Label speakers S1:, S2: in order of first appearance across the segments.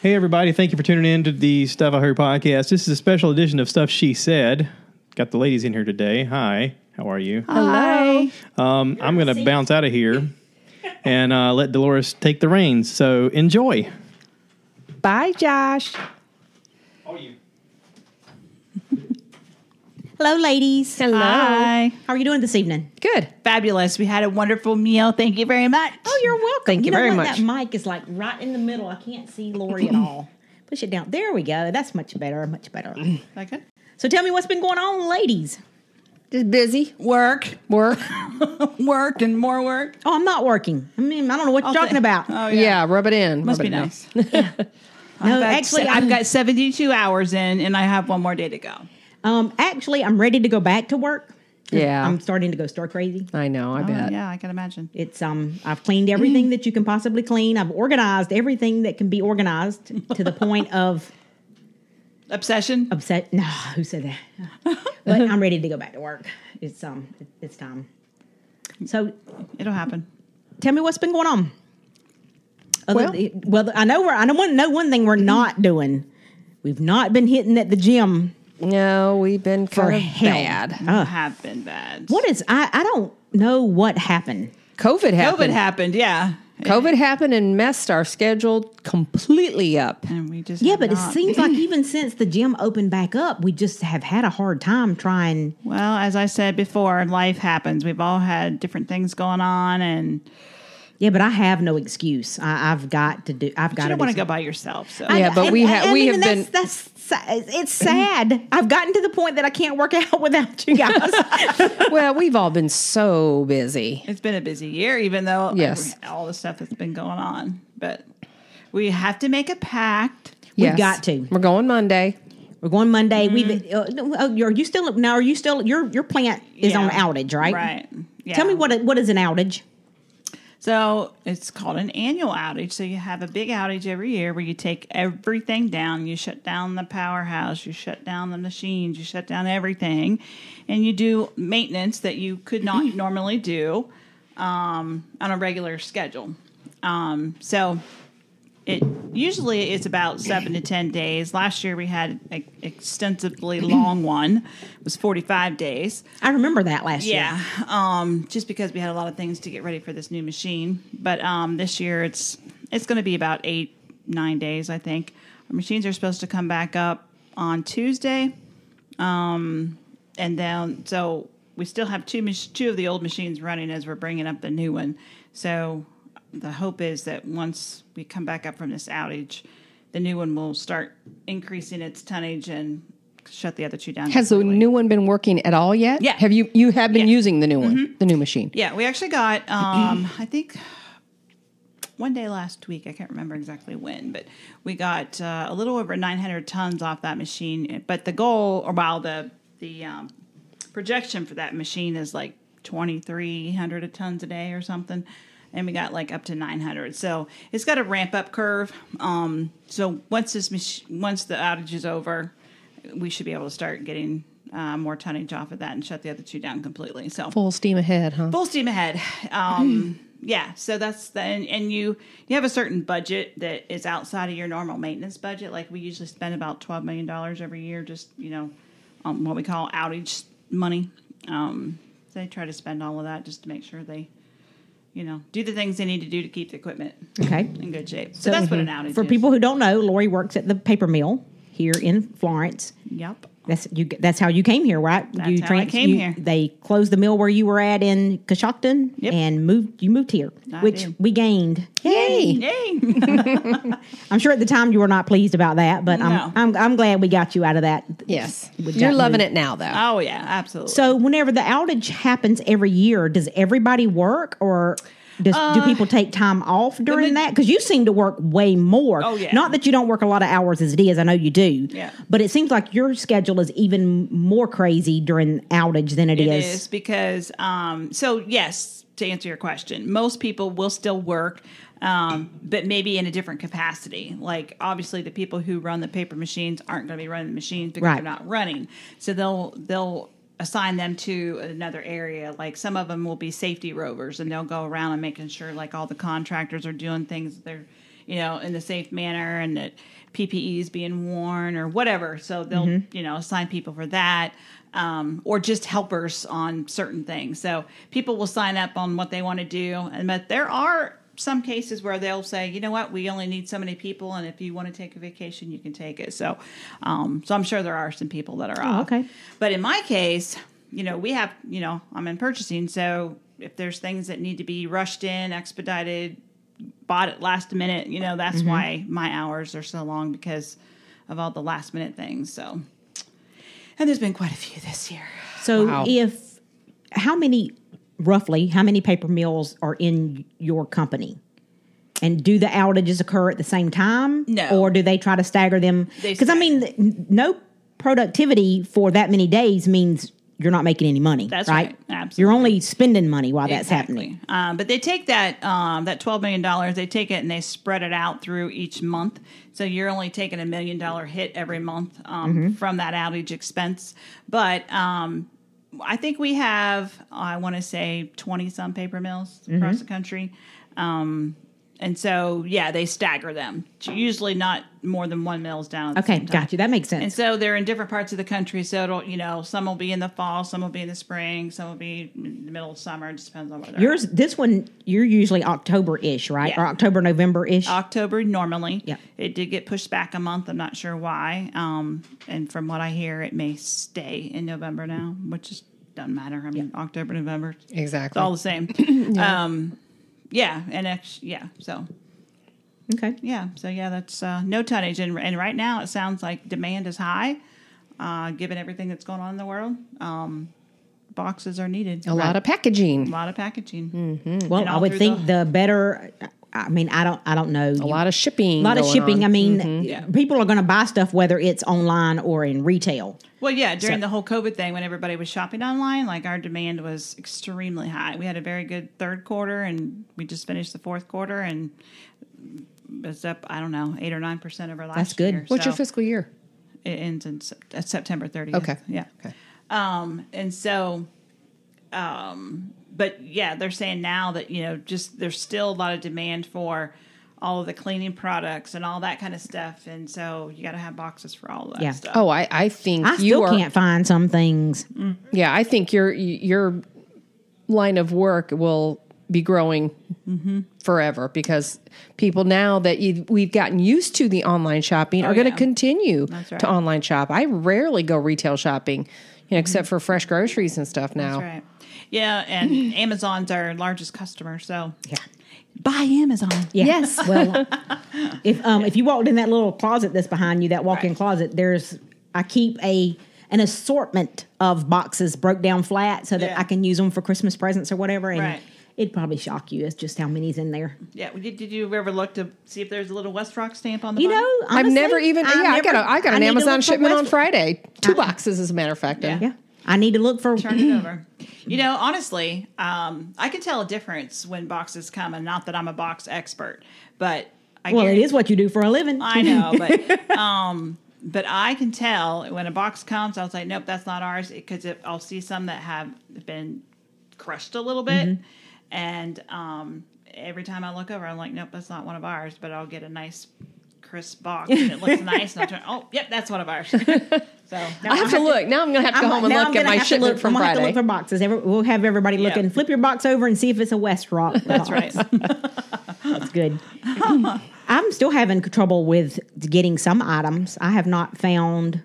S1: Hey, everybody. Thank you for tuning in to the Stuff I Heard podcast. This is a special edition of Stuff She Said. Got the ladies in here today. Hi. How are you?
S2: Hello.
S1: Um, I'm going to bounce out of here and uh, let Dolores take the reins. So enjoy.
S2: Bye, Josh.
S1: How are you?
S3: Hello, ladies. Hello.
S2: Hi.
S3: How are you doing this evening?
S2: Good. Fabulous. We had a wonderful meal. Thank you very much.
S3: Oh, you're welcome.
S2: Thank you
S3: know
S2: very
S3: what?
S2: much.
S3: That mic is like right in the middle. I can't see Lori at all. Push it down. There we go. That's much better. Much better.
S2: That good?
S3: So tell me what's been going on, ladies.
S4: Just busy
S2: Work,
S4: work.
S2: work, and more work.
S3: Oh, I'm not working. I mean, I don't know what you're talking about.
S2: Oh,
S4: yeah.
S2: yeah.
S4: rub it in.
S2: Must
S4: rub
S2: be
S4: it in.
S2: nice.
S3: no,
S2: I've got-
S3: actually,
S2: I've
S3: I'm,
S2: got 72 hours in, and I have one more day to go.
S3: um, actually, I'm ready to go back to work.
S4: Yeah.
S3: I'm starting to go stir crazy.
S4: I know. I bet.
S2: Oh, yeah, I can imagine.
S3: It's um, I've cleaned everything that you can possibly clean. I've organized everything that can be organized to the point of
S2: Obsession.
S3: upset. No, who said that? but I'm ready to go back to work. It's um, it's time. So,
S2: It'll happen.
S3: tell me what's been going on. Other
S4: Well-
S3: well, well, I know we're. I know one. Know one thing we're not doing. We've not been hitting at the gym.
S4: No, we've been
S3: For
S4: kind of
S3: hell.
S4: bad.
S2: have been bad.
S3: Ah. What is? I I don't know what happened.
S4: COVID
S2: COVID
S4: happened.
S2: happened. Yeah.
S4: COVID happened and messed our schedule completely up.
S2: And we just
S3: Yeah,
S2: have
S3: but
S2: not-
S3: it seems like even since the gym opened back up, we just have had a hard time trying.
S2: Well, as I said before, life happens. We've all had different things going on, and
S3: Yeah, but I have no excuse. I, I've got to do. I've got to
S2: you don't
S3: do
S2: want to
S3: something.
S2: go by yourself. So
S3: I-
S4: Yeah, but we ha-
S3: I
S4: we
S3: mean,
S4: have
S3: that's, That's sa- it's sad. I've gotten to the point that I can't work out without you guys.
S4: well, we've all been so busy.
S2: it's been a busy year, even though
S4: Yes.
S2: all the stuff that's been going on. But we have to make a pact.
S4: Yes.
S3: got to.
S4: We're going Monday.
S3: We're going Monday. We've. Uh, oh, you're- are you still now? Are you still your your plant is
S2: Yeah.
S3: on outage, right?
S2: Right. Yeah.
S3: Tell me what a- what is an outage?
S2: So it's called an annual outage. So you have a big outage every year where you take everything down. You shut down the powerhouse, you shut down the machines, you shut down everything, and you do maintenance that you could not normally do um, on a regular schedule. Um, so it usually it's about seven to ten days. Last year we had an extensively long one. It was forty five days.
S3: I remember that last year.
S2: Yeah, um, just because we had a lot of things to get ready for this new machine, but um, this year it's it's going to be about eight nine days, I think. Our machines are supposed to come back up on Tuesday, um, and then so we still have two mach- two of the old machines running as we're bringing up the new one. So the hope is that once we come back up from this outage, the new one will start increasing its tonnage and shut the other two down.
S4: Has the new one been working at all yet?
S2: Yeah.
S4: Have you you have been
S2: Yeah.
S4: using the new one, the new machine?
S2: Yeah, we actually got um I think one day last week, I can't remember exactly when, but we got uh, a little over 900 tons off that machine, but the goal or while the the um, projection for that machine is like 2300 tons a day or something and we got like up to 900 so it's got a ramp up curve um so once this mach- once the outage is over we should be able to start getting uh, more tonnage off of that and shut the other two down completely so
S4: Full steam ahead, huh?
S2: full steam ahead. Um, yeah, so that's the and, and you you have a certain budget that is outside of your normal maintenance budget. Like we usually spend about twelve million dollars every year, just you know, on what we call outage money. Um, they try to spend all of that just to make sure they, you know, do the things they need to do to keep the equipment
S3: Okay.
S2: in good shape. So, that's what an outage
S3: mm-hmm. For
S2: is.
S3: people who don't know, Lori works at the paper mill here in Florence.
S2: Yep.
S3: That's you. That's how you came here, right?
S2: That's
S3: you
S2: how I came
S3: you-
S2: here.
S3: They closed the mill where you were at in Coshocton
S2: Yep.
S3: and moved. You moved here,
S2: I
S3: which
S2: did.
S3: we gained. Yay!
S2: Yay!
S3: I'm sure at the time you were not pleased about that, but
S2: No.
S3: I'm, I'm I'm glad we got you out of that.
S4: Yes.
S3: With
S4: You're
S3: that
S4: loving
S3: move.
S4: it now though.
S2: oh yeah, absolutely.
S3: So whenever the outage happens every year, does everybody work or does,
S2: Uh,
S3: do people take time off during that? Because you seem to work way more.
S2: Oh, yeah.
S3: Not that you don't work a lot of hours as it is. I know you do.
S2: Yeah.
S3: But it seems like your schedule is even more crazy during outage than
S2: It is because um so yes to answer your question most people will still work um but maybe in a different capacity like obviously the people who run the paper machines aren't going to be running the machines because
S3: Right.
S2: they're not running so they'll they'll assign them to another area like some of them will be safety rovers and they'll go around and making sure like all the contractors are doing things they're you know, in the safe manner and that PPE is being worn or whatever. So they'll, you know, assign people for that um, or just helpers on certain things. So people will sign up on what they want to do. And but there are some cases where they'll say, you know what, we only need so many people, and if you want to take a vacation, you can take it. So, um, so I'm sure there are some people that are off.
S3: okay.
S2: But in my case, you know, we have, you know, I'm in purchasing, so if there's things that need to be rushed in, expedited, bought at last minute, you know, that's why my hours are so long because of all the last minute things. So, and there's been quite a few this year.
S3: So
S4: Wow.
S3: if how many roughly how many paper mills are in your company? And do the outages occur at the same time?
S2: No.
S3: Or do they try to stagger them?
S2: They
S3: Because I mean, th- n- no productivity for that many days means you're not making any money.
S2: That's right. Absolutely.
S3: You're only spending money while that's happening.
S2: Exactly. Um, but they take that um, that twelve million dollars, they take it and they spread it out through each month. So you're only taking a million dollar hit every month um,
S3: Mm-hmm.
S2: from that outage expense. But um, I think we have I want to say twenty some paper mills
S3: Mm-hmm.
S2: across the country. Um, and so, yeah, they stagger them. Usually, not more than one mill's down. At the
S3: Okay,
S2: same time.
S3: got you. That makes sense.
S2: And so they're in different parts of the country. So it'll, you know, some will be in the fall, some will be in the spring, some will be in the middle of summer. It just depends on whether
S3: Yours, this one, you're usually October ish, right?
S2: Yeah.
S3: Or October, November ish.
S2: October normally.
S3: Yeah.
S2: It did get pushed back a month. I'm not sure why. Um, and from what I hear, it may stay in November now, which is doesn't matter. I mean, October, November, it's
S4: Exactly.
S2: all the same. yeah. Um, yeah, and actually, yeah. So
S3: okay.
S2: yeah, so yeah, that's uh, no tonnage, and and right now it sounds like demand is high, uh, given everything that's going on in the world. Um, boxes are needed.
S4: a lot Mm-hmm. of packaging.
S2: a lot of packaging.
S3: Well,
S2: Mm. And
S3: I
S2: all
S3: would
S2: through
S3: think the, better. I mean, I don't, I don't know.
S4: a lot of shipping.
S3: a lot of shipping. I mean,
S4: Mm-hmm.
S2: Yeah.
S3: people are going to buy stuff whether it's online or in retail.
S2: Well, yeah, during
S3: So-
S2: the whole COVID thing, when everybody was shopping online, like our demand was extremely high. We had a very good third quarter, and we just finished the fourth quarter, and it's up. I don't know, eight or nine percent over last
S3: That's good.
S2: year.
S4: What's your
S2: So
S4: fiscal year?
S2: It ends in Sep- uh, September thirtieth.
S4: Okay.
S2: yeah.
S4: Okay.
S2: Um, and so, um, but yeah, they're saying now that you know, just there's still a lot of demand for all of the cleaning products and all that kind of stuff, and so you got to have boxes for all of that
S3: Yeah.
S2: stuff.
S4: Oh, I, I think
S3: I
S4: you
S3: still
S4: are.
S3: can't find some things.
S4: Yeah, I think your your line of work will be growing
S3: Mm-hmm.
S4: forever because people now that you, we've gotten used to the online shopping
S3: Oh,
S4: are going to
S2: yeah.
S4: continue
S2: right.
S4: to online shop. I rarely go retail shopping, you
S3: Mm-hmm.
S4: know, except for fresh groceries and stuff now.
S2: That's right. Yeah, and Amazon's our largest customer, so yeah. Buy Amazon.
S3: Yeah. Yes. Well, if um, if you walked in that little closet that's behind you, that walk-in
S2: Right.
S3: closet, there's I keep a an assortment of boxes broke down flat so that
S2: Yeah.
S3: I can use them for Christmas presents or whatever. And
S2: Right.
S3: it'd probably shock you as just how many's in there.
S2: Yeah. well, Did, did you ever look to see if there's a little West Rock stamp on the
S3: You
S2: bottom?
S3: know,
S4: Uh-huh. I've
S3: honestly,
S4: never even yeah, I got
S3: never-
S4: a, I got an
S3: need to
S4: Amazon
S3: look for
S4: shipment on
S3: West-
S4: Friday. Two boxes as a matter of fact.
S2: Yeah.
S3: Yeah. I need to look for
S2: Turn it over. You know, honestly, um, I can tell a difference when boxes come, and not that I'm a box expert, but I
S3: Well, it
S2: guarantee-
S3: is what you do for a living.
S2: I know, but um, but I can tell when a box comes. I was like, nope, that's not ours because I'll see some that have been crushed a little bit,
S4: Mm-hmm.
S2: and um, every time I look over, I'm like, nope, that's not one of ours. But I'll get a nice crisp box and it looks nice, and I'll turn, oh, yep, that's one of ours. so
S4: I have to look. Now I'm going to have to go home and
S3: now
S4: look at
S3: gonna
S4: my
S3: have to
S4: shipment
S3: look-
S4: from
S3: I'm gonna
S4: Friday.
S3: Have to look for boxes. Every- we'll have everybody
S2: Yeah.
S3: look and flip your box over and see if it's a West Rock.
S2: that's right.
S3: That's good. I'm still having trouble with getting some items. I have not found.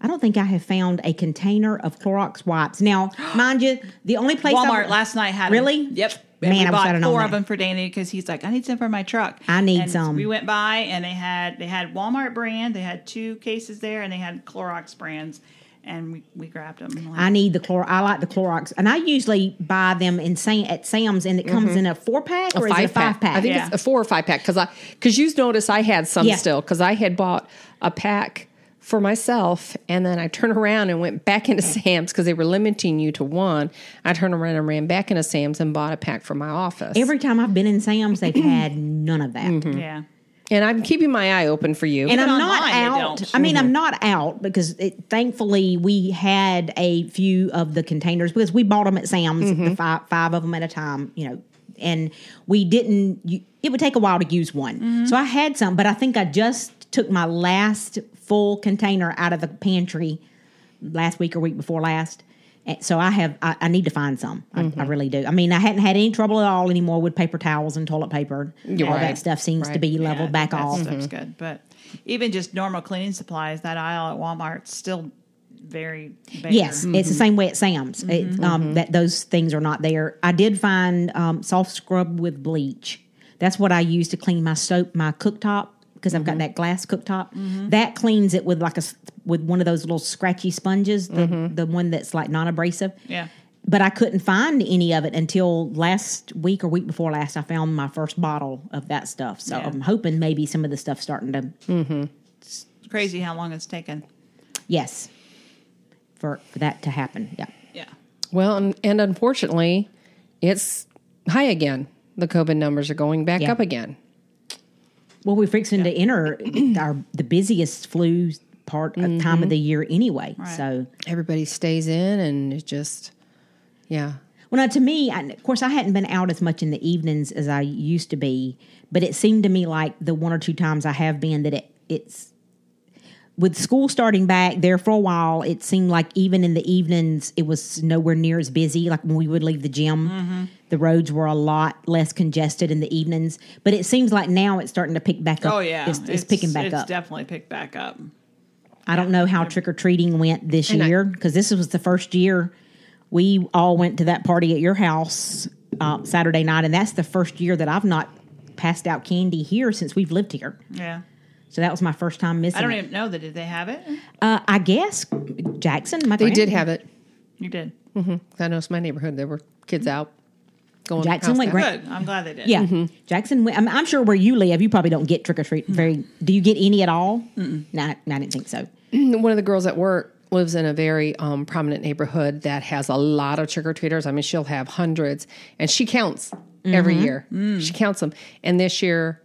S3: I don't think I have found a container of Clorox wipes. Now, mind you, the only place I've-
S2: Walmart last night had 'em.
S3: Really?
S2: Yep.
S3: Man, I
S2: And we
S3: wish I'd
S2: bought
S3: have known
S2: four of
S3: that.
S2: them for Danny because he's like, I need some for my truck.
S3: I need
S2: And
S3: some.
S2: We went by and they had they had Walmart brand. They had two cases there and they had Clorox brands, and we, we grabbed them.
S3: I need the Clor. I like the Clorox, and I usually buy them in Sam at Sam's, and it comes
S4: Mm-hmm.
S3: in a four pack or is it a five pack?
S4: I think
S2: Yeah.
S4: it's a four or five pack because I because you notice I had some
S3: Yeah.
S4: still because I had bought a pack for myself and then I turned around and went back into Sam's because they were limiting you to one. I turned around and ran back into Sam's and bought a pack for my office.
S3: Every time I've been in Sam's, they've had none of that.
S4: Mm-hmm.
S2: yeah.
S4: and I'm keeping my eye open for you. Mm-hmm.
S3: and
S2: Even
S3: I'm not
S2: online, they
S3: out.
S2: don't.
S3: I mean, I'm not out because it, thankfully we
S4: Mm-hmm.
S3: had a few of the containers because we bought them at Sam's, the five, five of them at a time, you know, and we didn't. u- It would take a while to use one,
S2: Mm-hmm.
S3: so I had some, but I think I just took my last full container out of the pantry last week or week before last. And So I have I, I need to find some. I,
S4: Mm-hmm.
S3: I really do. I mean, I hadn't had any trouble at all anymore with paper towels and toilet paper. all
S4: right.
S3: that stuff seems to
S4: Right.
S3: be
S2: Yeah, I
S3: leveled
S2: think
S3: back
S2: that
S3: off.
S2: Stuff's good, but even just normal cleaning supplies, that aisle at Walmart's still very bare.
S3: Yes, it's
S2: Mm-hmm.
S3: the same way at Sam's. It, um, that those things are not there. I did find um, soft scrub with bleach. That's what I use to clean my soap, my cooktop, because
S2: Mm-hmm.
S3: I've got that glass cooktop. That cleans it with like a s- with one of those little scratchy sponges, the, the one that's like non abrasive.
S2: Mm-hmm. Yeah.
S3: But I couldn't find any of it until last week or week before last. I found my first bottle of that stuff. So
S2: Yeah.
S3: I'm hoping maybe some of the stuff's starting to.
S2: It's crazy how long it's taken.
S3: Yes, for for that to happen. Yeah.
S2: Yeah.
S4: Well, and, and unfortunately, it's high again. The COVID numbers are going back
S3: Yeah.
S4: up again.
S3: Well, we're fixing to enter our the busiest flu part of time of
S2: Mm-hmm.
S3: the year anyway. So,
S4: Everybody stays in and it just, yeah.
S3: well, now to me, I, of course, I hadn't been out as much in the evenings as I used to be, but it seemed to me like the one or two times I have been that it it's with school starting back there for a while, it seemed like even in the evenings it was nowhere near as busy. Like when we would leave the gym.
S2: Mm-hmm.
S3: The roads were a lot less congested in the evenings, but it seems like now it's starting to pick back up.
S2: Oh yeah,
S3: it's, it's, picking back
S2: it's
S3: up.
S2: definitely picked back up.
S3: I don't know how trick or treating went this year 'cause
S4: I-
S3: year because this was the first year we all went to that party at your house uh, Saturday night, and that's the first year that I've not passed out candy here since we've lived here.
S2: Yeah.
S3: So that was my first time missing.
S2: I don't
S3: it.
S2: even know that. Did they have it?
S3: Uh, I guess Jackson. My
S4: They did have it.
S2: You did.
S4: I know it's my neighborhood. There were kids out going
S3: Jackson
S4: house
S3: went
S4: to
S3: grand-
S2: Good. I'm glad they did.
S3: Yeah,
S4: Mm-hmm.
S3: Jackson. went- I'm, I'm sure where you live, you probably don't get trick or treat very. Do you get any at all? No, I I didn't think so.
S4: one of the girls at work lives in a very um, prominent neighborhood that has a lot of trick or treaters. I mean, she'll have hundreds, and she counts every year. She counts them, and this year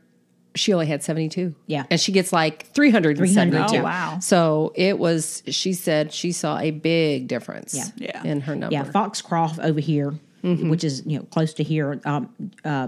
S4: she only had seventy two.
S3: Yeah.
S4: and she gets like three hundred and seventy two.
S2: Oh, wow.
S4: So it was. She said she saw a big difference.
S3: Yeah.
S2: Yeah.
S4: in her number.
S3: Yeah, Foxcroft over here,
S4: Mm-hmm.
S3: which is you know close to here. Um, uh,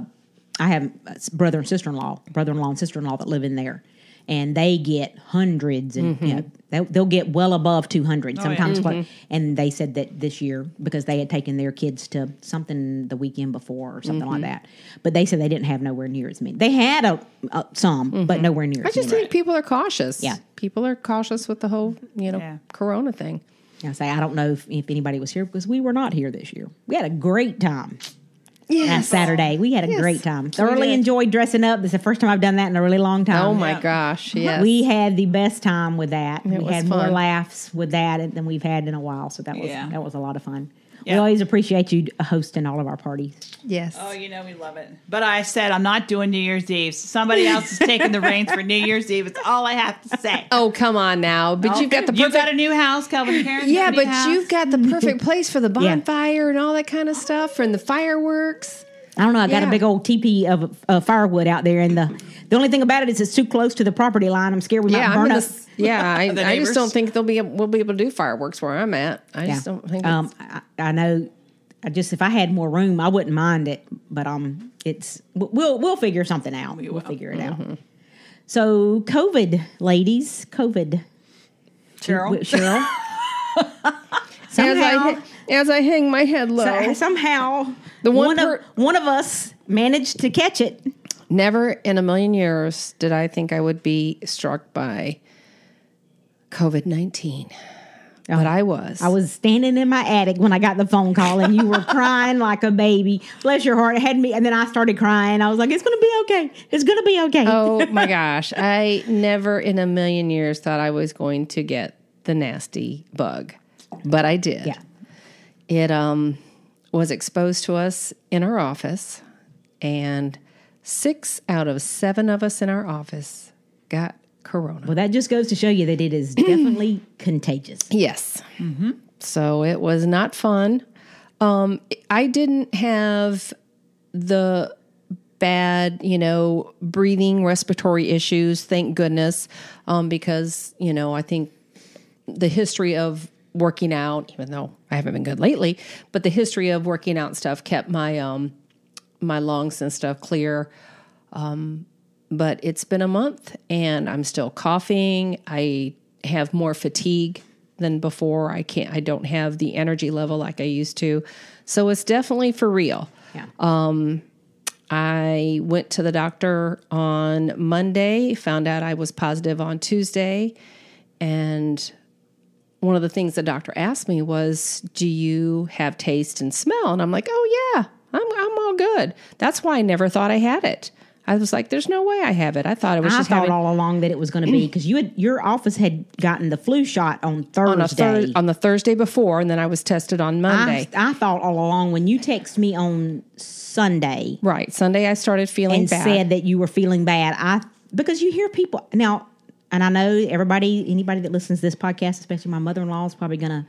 S3: I have a s- brother and sister in law, brother in law and sister in law that live in there, and they get hundreds, and
S4: Mm-hmm.
S3: you know, they, they'll get well above two hundred
S4: Oh,
S2: yeah.
S3: sometimes. clo-
S4: Mm-hmm.
S3: And they said that this year because they had taken their kids to something the weekend before or something
S4: Mm-hmm.
S3: like that, but they said they didn't have nowhere near as many. They had a, a some, but nowhere near.
S4: Mm-hmm. I
S3: as
S4: just
S3: many.
S4: think people are cautious.
S3: Yeah.
S4: people are cautious with the whole you know
S2: Yeah.
S4: Corona thing.
S3: I say I don't know if, if anybody was here because we were not here this year. We had a great time. Last Saturday, we had a great time. Thoroughly
S4: did.
S3: enjoyed dressing up. It's the first time I've done that in a really long time.
S4: Oh my gosh! Yes,
S3: We had the best time with that. we
S4: was
S3: had more
S4: fun.
S3: laughs with that than we've had in a while. So that was
S2: Yeah.
S3: that was a lot of fun.
S2: Yeah.
S3: We always appreciate you hosting all of our parties.
S4: yes.
S2: Oh, you know we love it. But I said I'm not doing New Year's Eve. Somebody else is taking the reins for New Year's Eve. It's all I have to say.
S4: Oh come on now! But you've got the
S2: you've
S4: perfect
S2: got a new house, Calvin and Karen's
S4: Yeah,
S2: got a new
S4: but
S2: house.
S4: you've got the perfect place for the bonfire and all that kind of stuff, and the fireworks.
S3: I don't know. I got
S4: Yeah.
S3: a big old teepee of uh, firewood out there, and the the only thing about it is it's too close to the property line. I'm scared we might
S4: Yeah,
S3: burn
S4: I'm
S3: up.
S4: gonna, yeah. I,
S2: The
S4: I just don't
S2: neighbors.
S4: think they'll be able, we'll be able to do fireworks where I'm at. I just don't think.
S3: Um,
S4: it's-
S3: I, I know. I just if I had more room, I wouldn't mind it. But um, it's w- we'll we'll figure something out. We will figure it
S4: Mm-hmm.
S3: out. So COVID, ladies, COVID,
S2: Cheryl.
S3: W- Cheryl.
S4: as I
S3: somehow,
S4: hi- as I hang my head low,
S3: so- somehow,
S4: The one
S3: of
S4: per-
S3: one of us managed to catch it.
S4: never in a million years did I think I would be struck by COVID nineteen,
S3: Oh.
S4: but I was.
S3: I was standing in my attic when I got the phone call, and you were crying like a baby. Bless your heart, it had me, and then I started crying. I was like, "It's gonna be okay. It's gonna be okay."
S4: Oh my gosh. I never in a million years thought I was going to get the nasty bug, but I did.
S3: Yeah.
S4: It um, was exposed to us in our office, and six out of seven of us in our office got corona.
S3: Well, that just goes to show you that it is definitely contagious.
S4: Yes. So it was not fun. Um, I didn't have the bad, you know, breathing, respiratory issues, thank goodness, um, because, you know, I think the history of working out, even though I haven't been good lately, but the history of working out and stuff kept my um, my lungs and stuff clear. Um, but it's been a month and I'm still coughing. I have more fatigue than before. I can't, I don't have the energy level like I used to. So it's definitely for real.
S3: Yeah.
S4: I went to the doctor on Monday, found out I was positive on Tuesday. And one of the things the doctor asked me was, Do you have taste and smell? And I'm like, Oh, yeah, I'm, I'm all good. That's why I never thought I had it. I was like, There's no way I have it. I thought it was
S3: I
S4: just
S3: thought
S4: having,
S3: all along that it was going to be because you had your office had gotten the flu shot on Thursday.
S4: on, a thur- on the Thursday before. And then I was tested on Monday.
S3: I, I thought all along when you texted me on Sunday
S4: right. Sunday, I started feeling
S3: and
S4: bad.
S3: said that you were feeling bad. I because you hear people now, and I know everybody, anybody that listens to this podcast, especially my mother in law, is probably gonna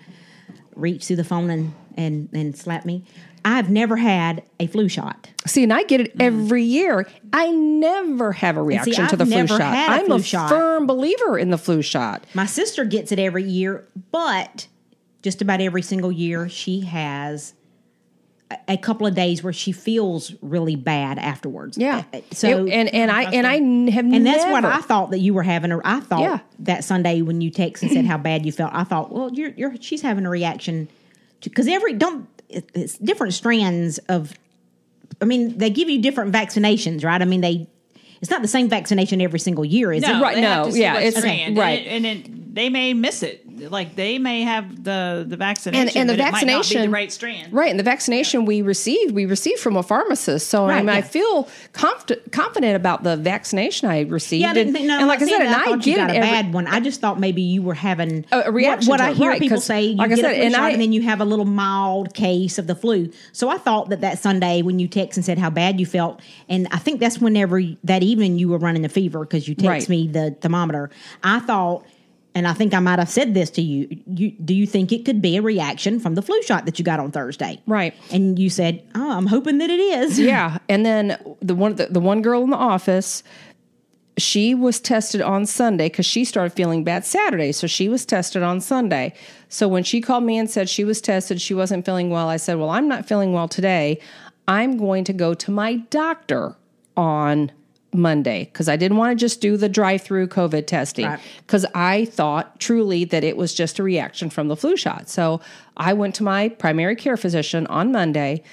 S3: reach through the phone and and and slap me. I've never had a flu shot.
S4: See, and I get
S3: Mm.
S4: it every year. I never have a reaction to
S3: I've
S4: the flu
S3: never
S4: shot.
S3: had a
S4: I'm
S3: flu
S4: a
S3: shot.
S4: firm believer in the flu shot.
S3: My sister gets it every year, but just about every single year she has a- a couple of days where she feels really bad afterwards. Uh, So
S4: It- and and I and I n- have
S3: And that's what
S4: never-
S3: I thought that you were having. A, I thought
S4: Yeah.
S3: that Sunday when you texted and said how bad you felt. I thought, well, you're, you're she's having a reaction because every don't it- it's different strands of. I mean, they give you different vaccinations, right? I mean, they it's not the same vaccination every single year, is
S2: No,
S3: it?
S4: Right,
S2: they have
S4: no,
S2: to see
S4: yeah,
S2: what
S4: it's-
S2: strand,
S4: right.
S2: and, it, and it, they may miss it. Like they may have the the vaccination,
S4: and, and the
S2: but it might not be
S4: vaccination
S2: the right strand.
S4: right and the vaccination we received we received from a pharmacist so I,
S3: Right,
S4: mean, I
S3: yeah.
S4: feel comf- confident about the vaccination i received
S3: Yeah, I didn't think, no,
S4: and like i said and
S3: I,
S4: i
S3: thought you
S4: get
S3: got
S4: it
S3: a
S4: every,
S3: bad one. I just thought maybe you were having
S4: A- a reaction
S3: What, what
S4: to
S3: I
S4: it,
S3: hear
S4: right,
S3: people
S4: 'cause
S3: say, you
S4: like I
S3: get
S4: said,
S3: a flu
S4: and
S3: shot,
S4: I-
S3: and then you have a little mild case of the flu. So I thought that that Sunday when you text and said how bad you felt, and I think that's whenever that evening you were running a fever because you text
S4: Right.
S3: me the thermometer. I thought. And I think I might have said this to you. You do you think it could be a reaction from the flu shot that you got on Thursday?
S4: Right.
S3: And you said, "Oh, I'm hoping that it is."
S4: yeah and then the one the, the one girl in the office she was tested on sunday because she started feeling bad saturday so she was tested on sunday so when she called me and said she was tested she wasn't feeling well i said well i'm not feeling well today i'm going to go to my doctor on monday because i didn't want to just do the drive-through covid testing
S3: Right.
S4: because I thought truly that it was just a reaction from the flu shot. So I went to my primary care physician on Monday.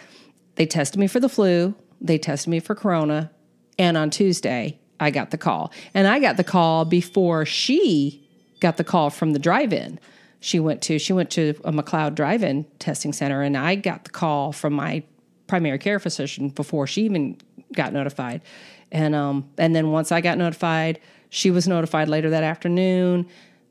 S4: They tested me for the flu, they tested me for corona, and on Tuesday, I got the call. And I got the call before she got the call from the drive-in. She went to she went to a McLeod drive-in testing center and I got the call from my primary care physician before she even got notified. And um and then once I got notified, she was notified later that afternoon.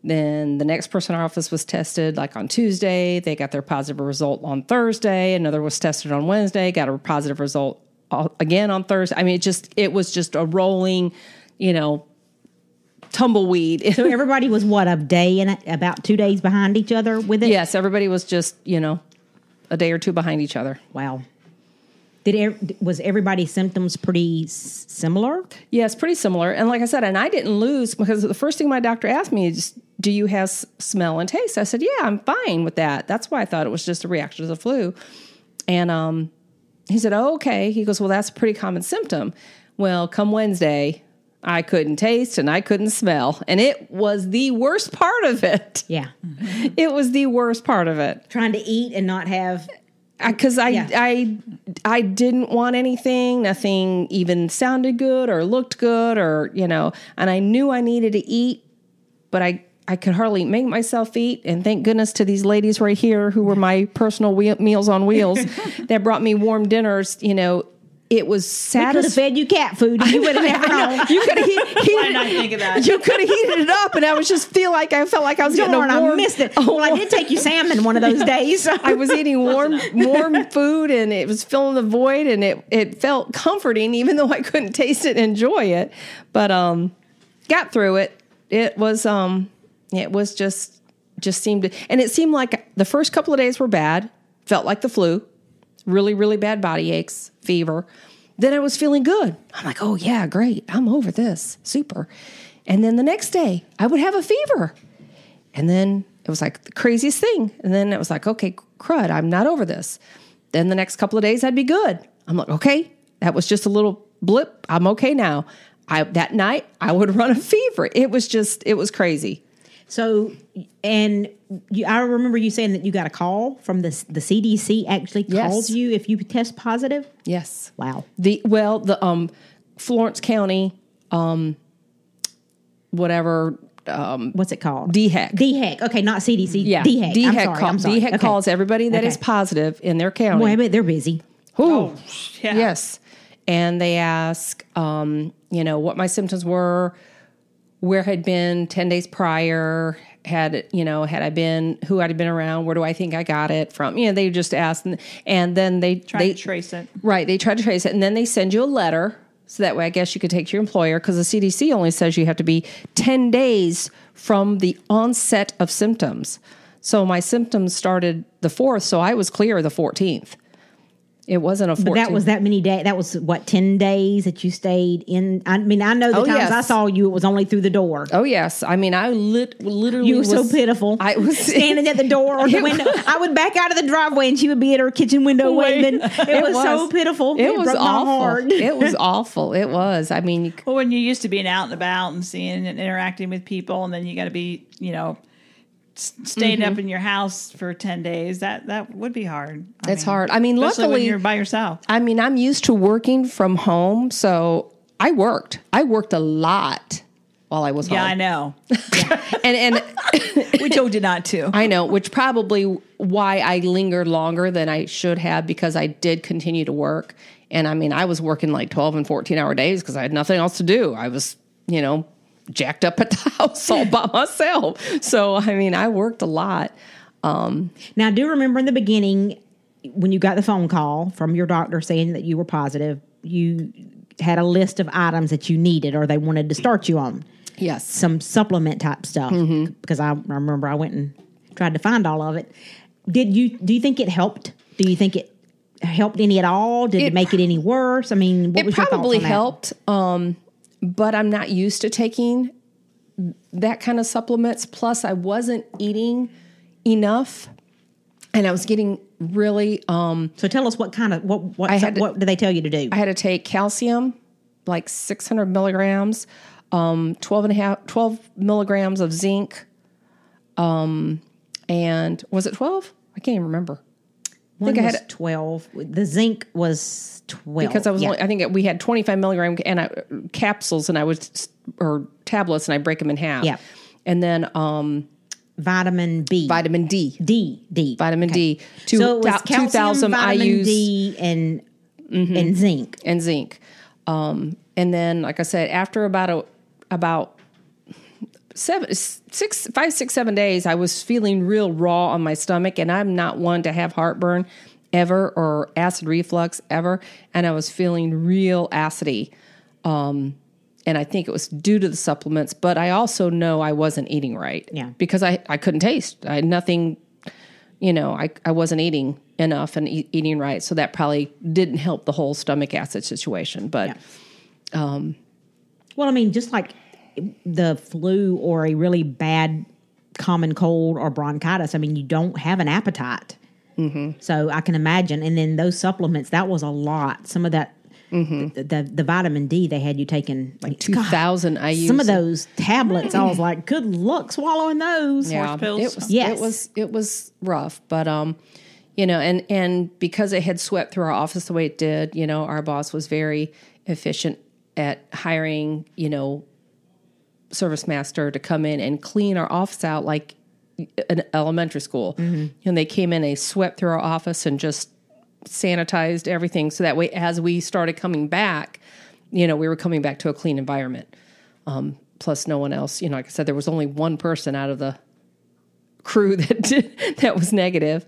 S4: Then the next person in our office was tested like on Tuesday. They got their positive result on Thursday. Another was tested on Wednesday, got a positive result all- again on Thursday. I mean, it just it was just a rolling, you know, tumbleweed.
S3: So everybody was what a day and a- about two days behind each other with it.
S4: yes, everybody was just, you know, a day or two behind each other.
S3: Wow. Did ev- was everybody's symptoms pretty s- similar?
S4: Yeah, it's pretty similar. And like I said, and I didn't lose because the first thing my doctor asked me is, "Do you have s- smell and taste?" I said, "Yeah, I'm fine with that." That's why I thought it was just a reaction to the flu. And um, he said, oh, "Okay." He goes, "Well, that's a pretty common symptom." Well, come Wednesday, I couldn't taste and I couldn't smell, and it was the worst part of it.
S3: Yeah,
S4: It was the worst part of it
S3: trying to eat and not have.
S4: because I,
S3: Yeah.
S4: I I didn't want anything. Nothing even sounded good or looked good or you know. And I knew I needed to eat, but I I could hardly make myself eat. And thank goodness to these ladies right here who were my personal wheel, meals on wheels that brought me warm dinners. You know, it was
S3: I could have
S4: satisfying.
S3: fed you cat food. and You would have never known.
S4: You could have heated,
S2: Why didn't I think of that?
S4: you could have heated it up, and I was just feel like I felt like I was getting
S3: Darn,
S4: a warm.
S3: I missed it.
S4: Oh.
S3: Well, I did take you salmon one of those days.
S4: I was eating warm warm food and it was filling the void and it it felt comforting even though I couldn't taste it and enjoy it. But um got through it. It was um it was just just seemed and it seemed like the first couple of days were bad, felt like the flu, really really bad body aches, fever. Then I was feeling good. I'm like, "Oh yeah, great. I'm over this. Super." And then the next day, I would have a fever. And then it was like the craziest thing. And then it was like, okay, crud, I'm not over this. Then the next couple of days, I'd be good. I'm like, okay, That was just a little blip. I'm okay now. I that night I would run a fever. It was just it was crazy.
S3: So, and you, I remember you saying that you got a call from the the CDC actually
S4: Yes.
S3: called you if you test positive.
S4: Yes.
S3: Wow.
S4: The well, the um Florence County um whatever um
S3: What's it called?
S4: DHEC.
S3: DHEC. Okay, not CDC.
S4: yeah, E
S3: DHEC. E I'm sorry,
S4: call-
S3: I'm sorry.
S4: DHEC
S3: Okay.
S4: calls everybody that is
S3: Okay.
S4: positive in their county.
S3: Well, I bet they're busy.
S4: Who?
S2: Oh, yeah.
S4: Yes. And they ask, um, you know, what my symptoms were, where had been 10 days prior, had, it- you know, had I been, who I'd been around, where do I think I got it from? You know, they just ask. And, and then they
S2: Try
S4: they,
S2: to trace it.
S4: Right. They try to trace it. And then they send you a letter. So that way, I guess you could take to your employer because the CDC only says you have to be 10 days from the onset of symptoms. So my symptoms started the 4th. So I was clear the 14th. It wasn't a 14th.
S3: But that was that many days. That was what ten days that you stayed in. I mean, I know the
S4: Oh,
S3: times
S4: yes.
S3: I saw you, it was only through the door.
S4: Oh, yes. I mean, I lit, literally
S3: You were so
S4: was-
S3: pitiful.
S4: I was
S3: standing at the door or the window. I would back out of the driveway, and she would be at her kitchen window
S4: Wait.
S3: waving. It, was, so pitiful.
S4: It, was
S3: broke my
S4: awful.
S3: heart.
S4: It was awful. It was. I mean, you c-
S2: Well, when you're used to being out and about and seeing and interacting with people, and then you got to be, you know, s- staying
S4: Mm-hmm.
S2: up in your house for ten days, that that would be hard. I
S4: it's hard. I mean,
S2: especially
S4: luckily, Oh.
S2: when you're by yourself.
S4: I mean, I'm used to working from home, so I worked. I worked a lot while I was
S2: Yeah, I
S4: home.
S2: know.
S4: And and
S2: we told you not to.
S4: I know, which probably why I lingered longer than I should have because I did continue to work. And I mean, I was working like 12 and 14 hour days because I had nothing else to do. I was, you know, jacked up at the house all by myself. So, I mean, I worked a lot.
S3: Now, I do remember in the beginning when you got the phone call from your doctor saying that you were positive, you had a list of items that you needed or they wanted to start you on
S4: Yes.
S3: some supplement type stuff
S4: Mm-hmm.
S3: because I, I remember I went and tried to find all of it. Did you do you think it helped? Do you think it helped any at all? Did it,
S4: It-
S3: make it any worse? I mean, what
S4: it
S3: was your thoughts
S4: probably
S3: on that?
S4: helped um but i'm not used to taking that kind of supplements plus i wasn't eating enough and i was getting really um
S3: So tell us what kind of what what
S4: I had to-
S3: what do they tell you to do?
S4: i had to take calcium like 600 milligrams um 12 and a half 12 milligrams of zinc um and was it 12 i can't even remember
S3: One
S4: think I
S3: was
S4: had-
S3: twelve. The zinc was twelve
S4: because I was
S3: Oh, Yeah.
S4: only, I think we had 25 milligram and I, capsules and I was or tablets and I break them in half.
S3: Yeah.
S4: And then um,
S3: vitamin B
S4: vitamin D,
S3: D D
S4: vitamin D, two,
S3: so it was
S4: thou-
S3: calcium,
S4: 2000
S3: vitamin
S4: IU's
S3: D, and
S4: Mm-hmm.
S3: and zinc.
S4: and zinc. Um, and then, like I said, after about a about seven, six, five, six, seven days, I was feeling real raw on my stomach, and I'm not one to have heartburn ever or acid reflux ever, and I was feeling real acidy. Um, and I think it was due to the supplements, but I also know I wasn't eating right.
S3: Yeah.
S4: Because I, I couldn't taste. I had nothing, you know, I, I wasn't eating enough and eat, eating right. So that probably didn't help the whole stomach acid situation. But
S3: Well, I mean, just like the flu or a really bad common cold or bronchitis. I mean, you don't have an appetite.
S4: Mm-hmm.
S3: So I can imagine. And then those supplements, that was a lot. Some of that,
S4: Mm-hmm.
S3: the, the the vitamin D they had you taking like
S4: 2,000 IUs.
S3: Some of those tablets, I was like, good luck swallowing those.
S4: yeah,
S2: pills.
S4: It was,
S3: Yes.
S4: it was it was rough, but um, you know, and and because it had swept through our office the way it did, you know, our boss was very efficient at hiring, you know, service master to come in and clean our office out like an elementary school. And they came in, they swept through our office and just sanitized everything so that way as we started coming back, you know, we were coming back to a clean environment. Um, plus no one else, you know, like I said, there was only one person out of the crew that did, that was negative.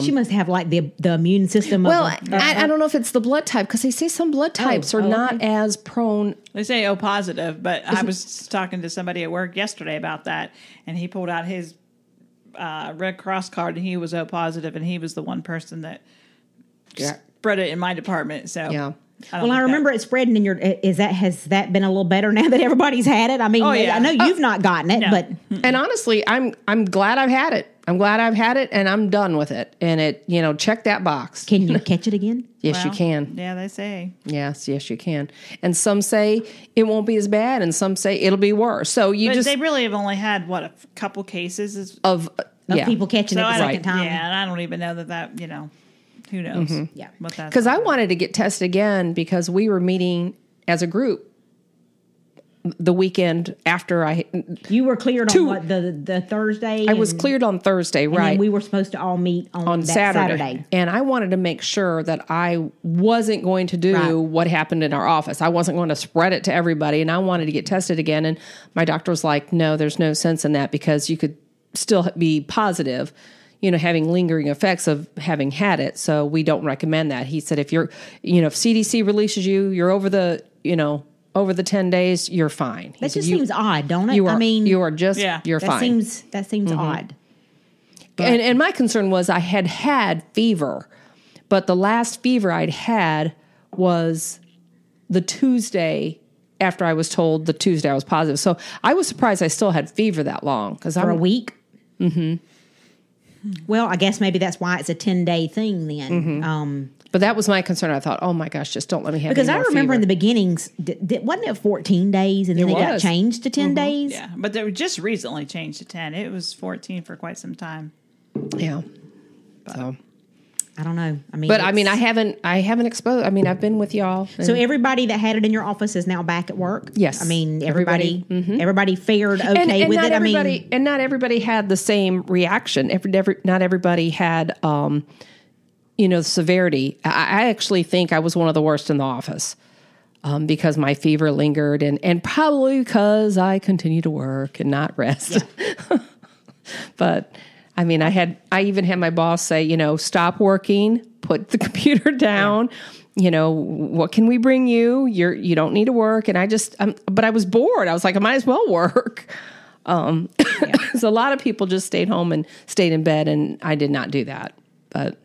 S3: she must have like the the immune system.
S4: Well,
S3: of a-
S4: I, I don't know if it's the blood type because they say some blood types are
S3: Uh-huh. oh,
S4: not as prone.
S2: They say O positive, but I was talking to somebody at work yesterday about that, and he pulled out his uh, Red Cross card, and he was O positive, and he was the one person that
S4: Yeah.
S2: spread it in my department. So
S4: Yeah.
S2: I don't
S3: Well, I
S2: think that-
S3: remember it spreading in your. Is that has that been a little better now that everybody's had it? I mean,
S2: Oh, yeah.
S3: I know you've not gotten it,
S2: No.
S3: but
S4: And honestly, I'm I'm glad I've had it. I'm glad I've had it and I'm done with it. And it, you know, check that box.
S3: can you catch it again?
S4: Yes, you
S2: Well,
S4: can.
S2: Yeah, they say.
S4: Yes, yes, you can. And some say it won't be as bad, and some say it'll be worse. So you
S2: But
S4: just
S2: they really have only had what a f- couple cases. Is,
S4: of
S3: Of
S4: yeah.
S3: people catching
S2: so
S3: it the
S2: I don't,
S3: second time.
S2: yeah, and I don't even know that that you know, who knows?
S3: Yeah.
S2: what that's
S4: because I wanted to get tested again because we were meeting as a group the weekend after I
S3: You were cleared
S4: Two.
S3: on what the the Thursday.
S4: I was
S3: and-
S4: cleared on Thursday,
S3: and then
S4: right?
S3: we were supposed to all meet on,
S4: on
S3: that
S4: Saturday.
S3: Saturday.
S4: And I wanted to make sure that I wasn't going to do
S3: Right.
S4: what happened in our office. I wasn't going to spread it to everybody. And I wanted to get tested again. And my doctor was like, no, there's no sense in that because you could still be positive, you know, having lingering effects of having had it. So we don't recommend that. He said, if you're, you know, if CDC releases you, you're over the, you know, over the 10 days, you're fine. He
S3: That
S4: said,
S3: just
S4: "You-
S3: seems odd, don't it?
S4: you are,
S3: I mean,
S4: you are just,
S2: Yeah.
S4: you're
S3: that
S4: fine.
S3: seems that seems odd.
S4: and, and my concern was I had had fever, but the last fever I'd had was the Tuesday after I was told the Tuesday I was positive. So I was surprised I still had fever that long because
S3: for
S4: I'm
S3: a week. Mm-hmm. Well, I guess maybe that's why it's a ten day thing then. Um,
S4: But that was my concern. I thought, oh my gosh, just don't let me have
S3: because
S4: any
S3: I
S4: more
S3: remember in
S4: fever.
S3: the beginnings, d- d- wasn't it fourteen days, and then
S4: It
S3: it, Mm-hmm. got
S4: was.
S3: changed to 10 days.
S2: yeah. But they were just recently changed to ten. It was fourteen for quite some time.
S4: yeah. So,
S3: I don't know. I mean,
S4: but I mean, I
S3: it's-
S4: haven't, I haven't exposed. I mean, I've been with y'all.
S3: so
S4: and-
S3: everybody that had it in your office is now back at work.
S4: Yes. mm-hmm.
S3: I mean everybody. Everybody, fared okay
S4: and, and
S3: with
S4: not
S3: it. I
S4: everybody
S3: mean,
S4: and not everybody had the same reaction. Every, every not everybody had, um, you know, severity. I, I actually think I was one of the worst in the office um, because my fever lingered, and and probably because I continued to work and not rest. but I mean, I had I even had my boss say, you know, stop working, put the computer down. You know, what can we bring you? You're you don't need to work, and I just, um, but I was bored. I was like, I might as well work. Um, so a lot of people just stayed home and stayed in bed, and I did not do that. But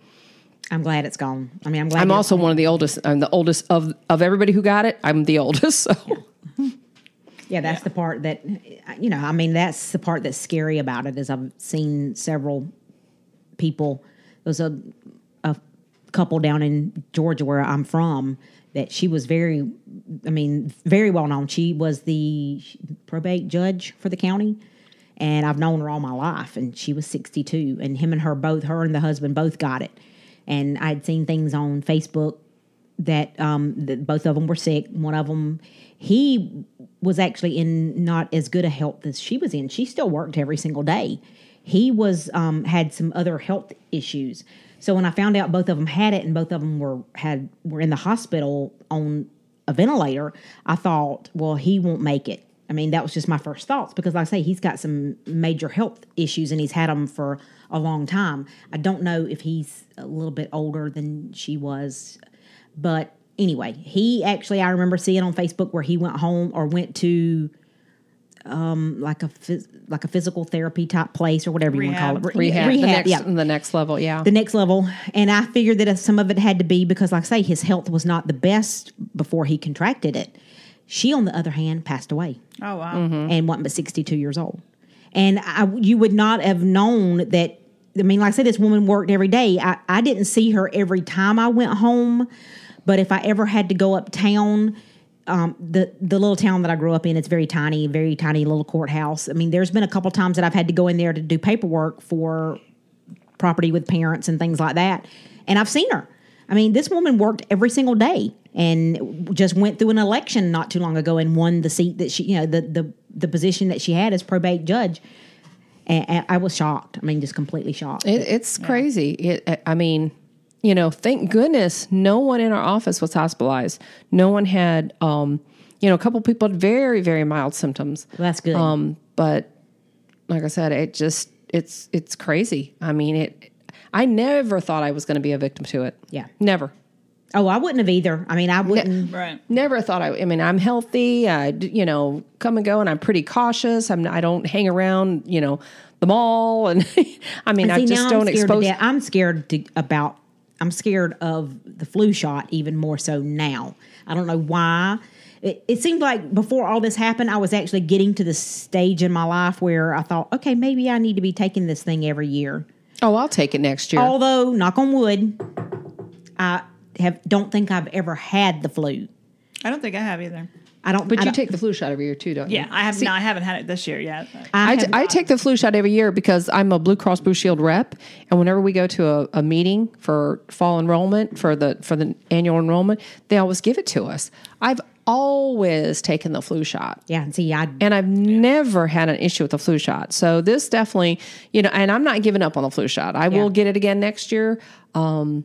S3: I'm glad it's gone. I mean, I'm glad.
S4: I'm
S3: it's-
S4: also one of the oldest. I'm the oldest of of everybody who got it. I'm the oldest. So
S3: Yeah, that's the part that you know. I mean, that's the part that's scary about it. Is I've seen several people. There was a a couple down in Georgia where I'm from that she was very, I mean, very well known. She was the probate judge for the county, and I've known her all my life. And she was 62, and him and her both, her and the husband both got it. And I'd seen things on Facebook that um that both of them were sick. One of them, he was actually in not as good a health as she was in. She still worked every single day. He was um had some other health issues. So when I found out both of them had it and both of them were had were in the hospital on a ventilator, I thought, well, he won't make it. I mean, that was just my first thoughts because, like I say, he's got some major health issues and he's had them for a long time. I don't know if he's a little bit older than she was. But anyway, he actually, I remember seeing on Facebook where he went home or went to um, like a phys- like a physical therapy type place or whatever you want to call it. Re-
S4: rehab, the next,
S3: yeah
S4: the next level. Yeah,
S3: the next level. And I figured that some of it had to be because, like I say, his health was not the best before he contracted it. She, on the other hand, passed away
S2: Oh wow.
S3: and wasn't but 62 years old. And I, you would not have known that. I mean, like I said, this woman worked every day. I, I didn't see her every time I went home, but if I ever had to go uptown, um, the the little town that I grew up in, it's very tiny, very tiny little courthouse. I mean, there's been a couple times that I've had to go in there to do paperwork for property with parents and things like that. And I've seen her. I mean, this woman worked every single day and just went through an election not too long ago and won the seat that she, you know, the the, the position that she had as probate judge. And, and I was shocked. I mean, just completely shocked.
S4: It, it's crazy. It, I mean, you know, thank goodness no one in our office was hospitalized. No one had, um, you know, a couple people had very, very mild symptoms.
S3: Well, that's good.
S4: Um, but like I said, it just it's it's crazy. I mean, it. I never thought I was going to be a victim to it.
S3: Yeah.
S4: never.
S3: oh, I wouldn't have either. I mean, I wouldn't.
S2: Right.
S4: Never thought I. I mean, I'm healthy. I, d- you know, come and go, and I'm pretty cautious. I'm. not- I don't hang around. You know, the mall, and I mean, I
S3: See,
S4: just
S3: now
S4: don't
S3: I'm scared to
S4: expose.
S3: death. I'm scared to, about I'm scared of the flu shot even more so now. I don't know why. It, it seemed like before all this happened, I was actually getting to the stage in my life where I thought, okay, maybe I need to be taking this thing every year.
S4: Oh, I'll take it next year.
S3: Although, knock on wood, I have don't think I've ever had the flu.
S2: I don't think I have either.
S3: I don't.
S4: but
S3: I
S4: you
S3: don't-
S4: take the flu shot every year too, don't you?
S2: Yeah, I have not. I haven't had it this year yet.
S3: I
S4: I,
S3: have
S4: t- I take the flu shot every year because I'm a Blue Cross Blue Shield rep, and whenever we go to a, a meeting for fall enrollment for the for the annual enrollment, they always give it to us. I've always taken the flu shot.
S3: Yeah, and see, I
S4: and I've never had an issue with the flu shot. So this definitely, you know, and I'm not giving up on the flu shot. I will get it again next year. Um,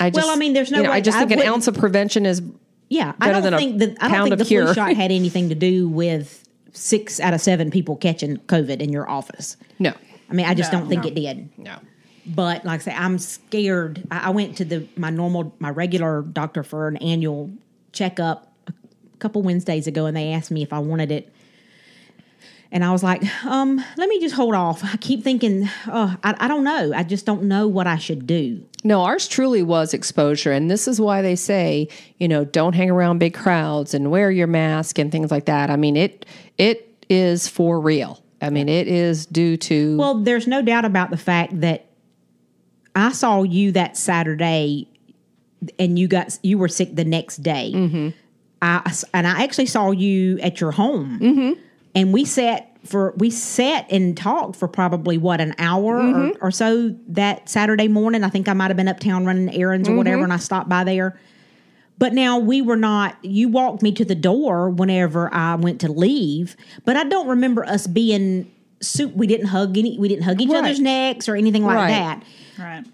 S4: I just,
S3: I mean, there's no
S4: you know, I
S3: way-
S4: just
S3: I
S4: think an
S3: wouldn't-
S4: ounce of prevention is
S3: yeah, I
S4: better than
S3: don't
S4: a
S3: think that I don't
S4: pound
S3: think
S4: of
S3: the
S4: cure.
S3: flu shot had anything to do with six out of seven people catching COVID in your office.
S4: no,
S3: I mean, I just
S2: No,
S3: don't think
S2: no.
S3: it did.
S4: no.
S3: But like I say, I'm scared. I, I went to the my normal my regular doctor for an annual checkup a couple Wednesdays ago, and they asked me if I wanted it. And I was like, um, let me just hold off. I keep thinking, oh, I, I don't know. I just don't know what I should do.
S4: No, ours truly was exposure. And this is why they say, you know, don't hang around big crowds and wear your mask and things like that. I mean, it it is for real. I mean, it is due to
S3: Well, there's no doubt about the fact that I saw you that Saturday, and you got you were sick the next day.
S4: Mm-hmm.
S3: I and I actually saw you at your home,
S4: Mm-hmm.
S3: and we sat for we sat and talked for probably what an hour
S4: Mm-hmm.
S3: or, or so that Saturday morning. I think I might have been uptown running errands or
S4: Mm-hmm.
S3: whatever, and I stopped by there. But now we were not, you walked me to the door whenever I went to leave, but I don't remember us being, su- we didn't hug any, we didn't hug each
S4: Right.
S3: other's necks or anything like
S4: Right.
S3: that.
S2: Right.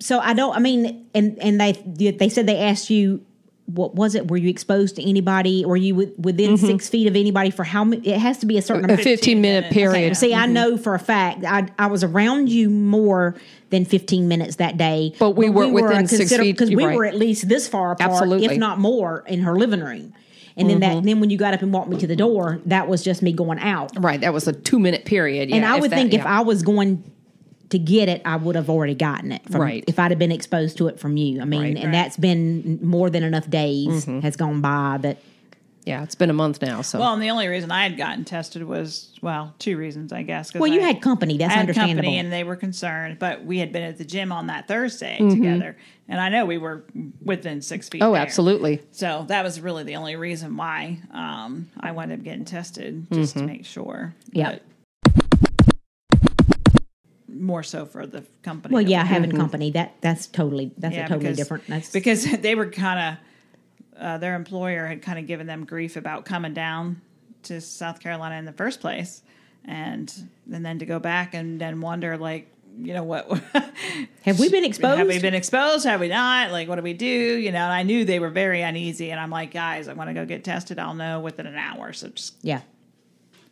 S3: So I don't, I mean, and, and they, they said they asked you, what was it? Were you exposed to anybody? Were you wi- within six feet of anybody for how many? It has to be a certain
S4: Mm-hmm. a
S3: amount.
S4: 15 minute
S2: minutes.
S4: period. Mm-hmm.
S3: See, I know for a fact I, I was around you more than 15 minutes that day.
S4: But we weren't within six feet,
S3: Because we
S4: right.
S3: were at least this far apart,
S4: Absolutely. Mm-hmm.
S3: if not more, in her living room. And then that, then when you got up and walked me to the door, that was just me going out.
S4: Right. That was a two minute period.
S3: And
S4: Yeah,
S3: I would
S4: that-
S3: think if
S4: yeah.
S3: I was going to get it, I would have already gotten it. From,
S4: Right.
S3: If I'd have been exposed to it from you. I mean, and
S2: Right. Mm-hmm.
S3: that's been more than enough days has gone by that
S4: Yeah, it's been a month now. So
S2: Well, and the only reason I had gotten tested was well, two reasons I guess. 'cause
S3: Well, you
S2: I-
S3: had company. That's
S2: I had
S3: understandable.
S2: company, and they were concerned. But we had been at the gym on that Thursday
S3: Mm-hmm.
S2: together, and I know we were within six feet.
S4: oh,
S2: there.
S4: absolutely.
S2: So that was really the only reason why um, I wound up getting tested, just to make sure.
S3: Mm-hmm. Yeah.
S2: But more so for the company.
S3: Well,
S2: that
S3: yeah,
S2: we-
S3: having company that that's totally that's
S2: Mm-hmm. Yeah,
S3: a totally
S2: because-
S3: different. That's
S2: because they were kind of uh, their employer had kind of given them grief about coming down to South Carolina in the first place, and and then to go back and then wonder like you know what
S3: have we been exposed?
S2: have we been exposed have we not like what do we do you know and I knew they were very uneasy and I'm like guys I'm gonna go get tested I'll know within an hour so just
S3: yeah.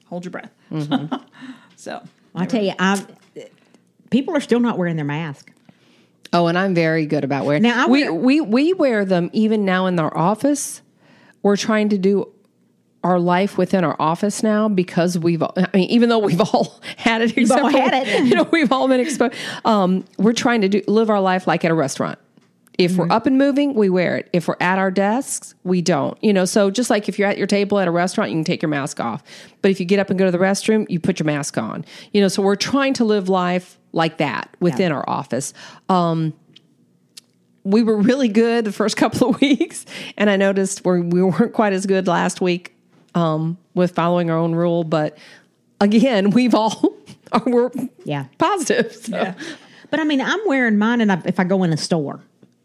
S2: hold your breath
S3: Mm-hmm.
S2: so
S3: Well, I tell you, I people are still not wearing their mask.
S4: Oh, and I'm very good about wearing.
S3: Now, I
S4: we
S3: wear-
S4: we we wear them even now in our office. We're trying to do our life within our office now because we've. I mean, even though we've all had it, except
S3: all
S4: for-
S3: had it.
S4: You know, we've all been exposed. Um, we're trying to do live our life like at a restaurant. If
S3: Mm-hmm.
S4: we're up and moving, we wear it. If we're at our desks, we don't. You know, so just like if you're at your table at a restaurant, you can take your mask off. But if you get up and go to the restroom, you put your mask on. You know, so we're trying to live life like that within our office. Um, we were really good the first couple of weeks, and I noticed we we weren't quite as good last week um, with following our own rule. But again, we've all are we're
S3: Yeah.
S4: positive. So.
S3: But I mean, I'm wearing mine, and I, if I go in a store,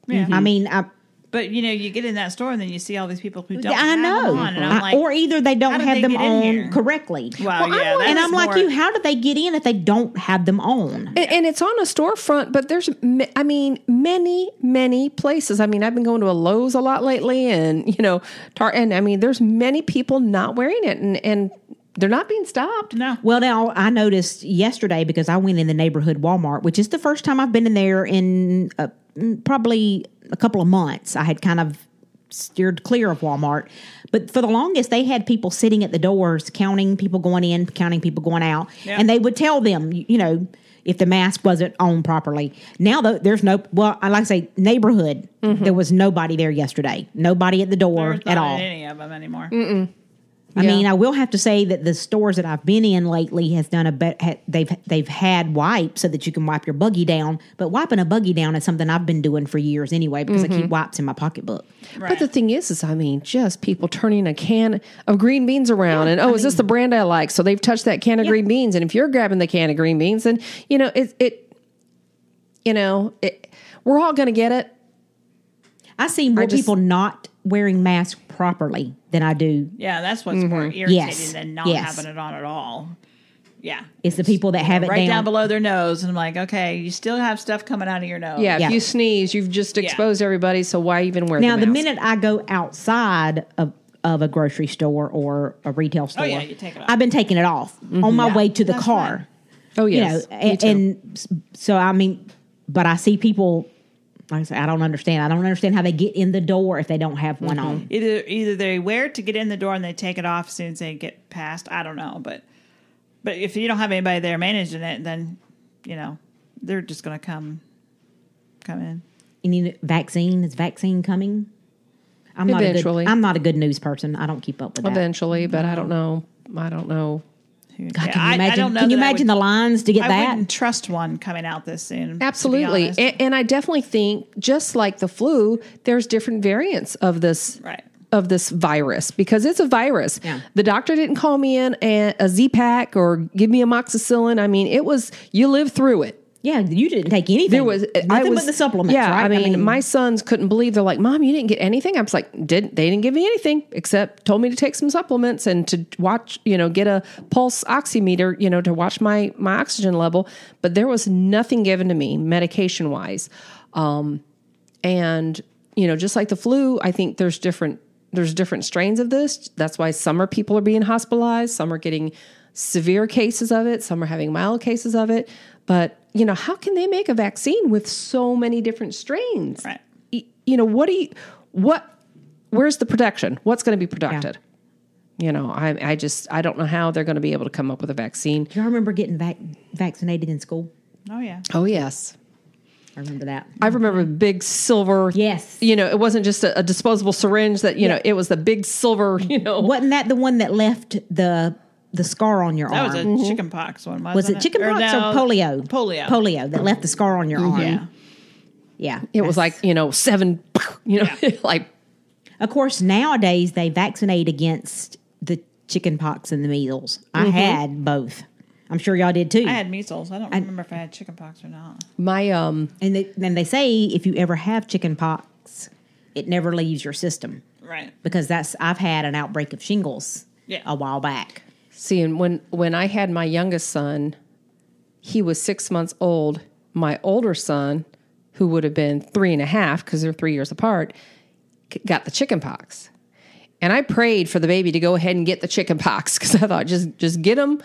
S3: I mean, I
S2: but you know you get in that store and then you see all these people who don't
S3: I
S2: have
S3: know,
S2: them on, and I'm
S3: I-
S2: like
S3: or e- either they don't
S2: how did
S3: have
S2: they
S3: them
S2: get in
S3: on
S2: here?
S3: correctly.
S2: Wow,
S4: Well, I'm
S2: yeah,
S4: like-
S2: that
S3: and
S2: is
S3: I'm like
S2: more-
S3: you. How do they get in if they don't have them on?
S4: And, and it's on a storefront, but there's, ma- I mean, many, many places. I mean, I've been going to a Lowe's a lot lately, and you know, tar- and I mean, there's many people not wearing it, and and they're not being stopped.
S2: no
S3: Well, now I noticed yesterday because I went in the neighborhood Walmart, which is the first time I've been in there in uh, mm, probably a couple of months. I had kind of steered clear of Walmart, but for the longest they had people sitting at the doors counting people going in, counting people going out,
S2: Yeah.
S3: and they would tell them, you you know, if the mask wasn't on properly. Now though, there's no well, I like to say neighborhood. There was nobody there yesterday. Mm-hmm. Nobody at the door
S2: There's
S3: at
S2: not
S3: all.
S2: any of them anymore.
S3: I
S4: Yeah.
S3: mean, I will have to say that the stores that I've been in lately has done a bet. Ha- they've they've had wipes so that you can wipe your buggy down. But wiping a buggy down is something I've been doing for years anyway because
S2: Mm-hmm.
S3: I keep wipes in my pocketbook.
S2: Right.
S4: But the thing is, is I mean, just people turning a can of green beans around, and oh, is this the brand I like? So they've touched that can of green beans, and if you're grabbing the can of green beans, then you know it, it you know, it, we're all gonna get it.
S3: I see more
S4: just-
S3: people not wearing masks properly than I do.
S2: yeah, that's what's more irritating
S3: Mm-hmm. Yes.
S2: than not
S3: Yes.
S2: having it on at all. Yeah.
S3: It's the people that have it
S2: right down.
S3: down.
S2: below their nose, and I'm like, okay, you still have stuff coming out of your nose.
S4: Yeah,
S3: Oh, Yeah.
S4: if you sneeze, you've just exposed everybody. So why even wear
S3: now,
S4: the,
S3: the
S4: mask?
S3: minute I go outside of of a grocery store or a retail store,
S2: Oh, yeah, you take it off. Mm-hmm.
S3: I've been taking it off on my way to the car.
S4: Oh yes,
S3: you know,
S4: Me
S3: and,
S4: too.
S3: and s- so I mean, but I see people. Like I said, I don't understand. I don't understand how they get in the door if they don't have
S4: Mm-hmm.
S3: one on.
S2: Either either they wear it to get in the door and they take it off as soon as they get past. I don't know, but but if you don't have anybody there managing it, then you know they're just gonna come come in.
S3: Any vaccine is vaccine coming? I'm not
S4: Eventually.
S3: A good, I'm not a good news person. I don't keep up with that.
S4: eventually, but I don't know. I don't know.
S3: God,
S2: Yeah,
S3: can you
S2: I- I
S3: imagine?
S2: don't know
S3: can you
S2: that I
S3: imagine
S2: would-
S3: the lines to get
S2: I
S3: that?
S2: wouldn't trust one coming out this soon. to be
S4: Absolutely.
S2: honest.
S4: And, and I definitely think just like the flu, there's different variants of this
S2: Right.
S4: of this virus because it's a virus.
S3: Yeah.
S4: The doctor didn't call me in a, a Z pack or give me amoxicillin. I mean, it was you live through it.
S3: Yeah, you didn't take anything.
S4: There was I
S3: nothing
S4: was
S3: but the supplements.
S4: Yeah,
S3: right?
S4: I, mean, my sons couldn't believe they're like, "Mom, you didn't get anything." I was like, "Did they didn't give me anything except told me to take some supplements and to watch, you know, get a pulse oximeter, you know, to watch my my oxygen level." But there was nothing given to me medication wise, um, and you know, just like the flu, I think there's different there's different strains of this. That's why some are people are being hospitalized, some are getting severe cases of it, some are having mild cases of it. But you know, how can they make a vaccine with so many different strains?
S2: Right.
S4: Y- You know, what do you what where's the protection? What's going to be protected? You know, I I just I don't know how they're going to be able to come up with a vaccine.
S3: do you remember getting vac- vaccinated in school?
S2: Oh yeah.
S4: Oh yes.
S3: I remember that.
S4: I remember the big silver.
S3: Yes.
S4: You know, it wasn't just a, a disposable syringe that, you know, it was the big silver, you know.
S3: Wasn't that the one that left the the scar on your
S2: That
S3: arm?
S2: was a chickenpox one. Wasn't
S3: Was it chickenpox or, polio?
S2: Polio.
S3: Polio that left the scar on your arm.
S2: Yeah.
S3: Yeah.
S4: Mm-hmm. It was like, you know, seven, you know, like,
S3: Of course, nowadays they vaccinate against the chicken pox and the measles.
S4: Mm-hmm.
S3: I had both. I'm sure y'all did too.
S2: I had measles. I don't remember if I had chickenpox or not.
S4: my, um,
S3: and they, and they say if you ever have chicken pox, it never leaves your system
S2: Right.
S3: because that's I've had an outbreak of shingles
S2: Yeah.
S3: a while back.
S4: see, and when, when I had my youngest son, he was six months old. My older son, who would have been three and a half, because they're three years apart, c- got the chicken pox. And I prayed for the baby to go ahead and get the chicken pox because I thought just just get him,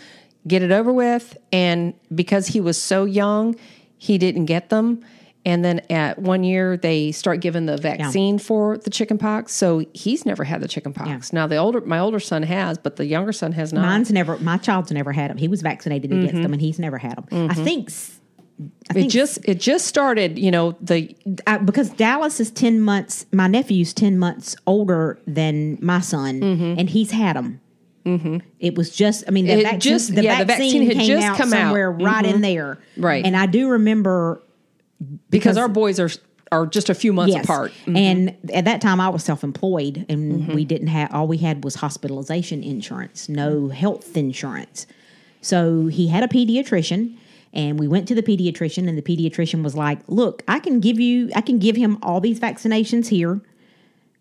S4: get it over with. And because he was so young, he didn't get them. And then at one year, they start giving the vaccine for the chicken pox. So he's never had the chicken pox. Now the older my older son has, but the younger son has not.
S3: Mine's never. My child's never had them. He was vaccinated
S4: Mm-hmm.
S3: against them, and he's never had them. I think. s- I
S4: it
S3: think
S4: just it just started. You know the
S3: I, because Dallas is 10 months, my nephew's 10 months older than my son, and he's had them. Mm-hmm. It was just, I mean, the,
S4: It
S3: vaccine,
S4: just-
S3: the,
S4: yeah, the vaccine
S3: vaccine
S4: had
S3: came
S4: just
S3: out
S4: come out. Mm-hmm.
S3: somewhere right in there.
S4: Right.
S3: And I do remember,
S4: because,
S3: Because-
S4: our boys are are just a few months
S3: yes.
S4: apart. Mm-hmm.
S3: And at that time, I was self employed, and we didn't have, all we had was hospitalization insurance, no health insurance. So he had a pediatrician. And we went to the pediatrician, and the pediatrician was like, "Look, I can give you, I can give him all these vaccinations here.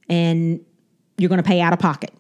S3: and you're going to pay out of pocket.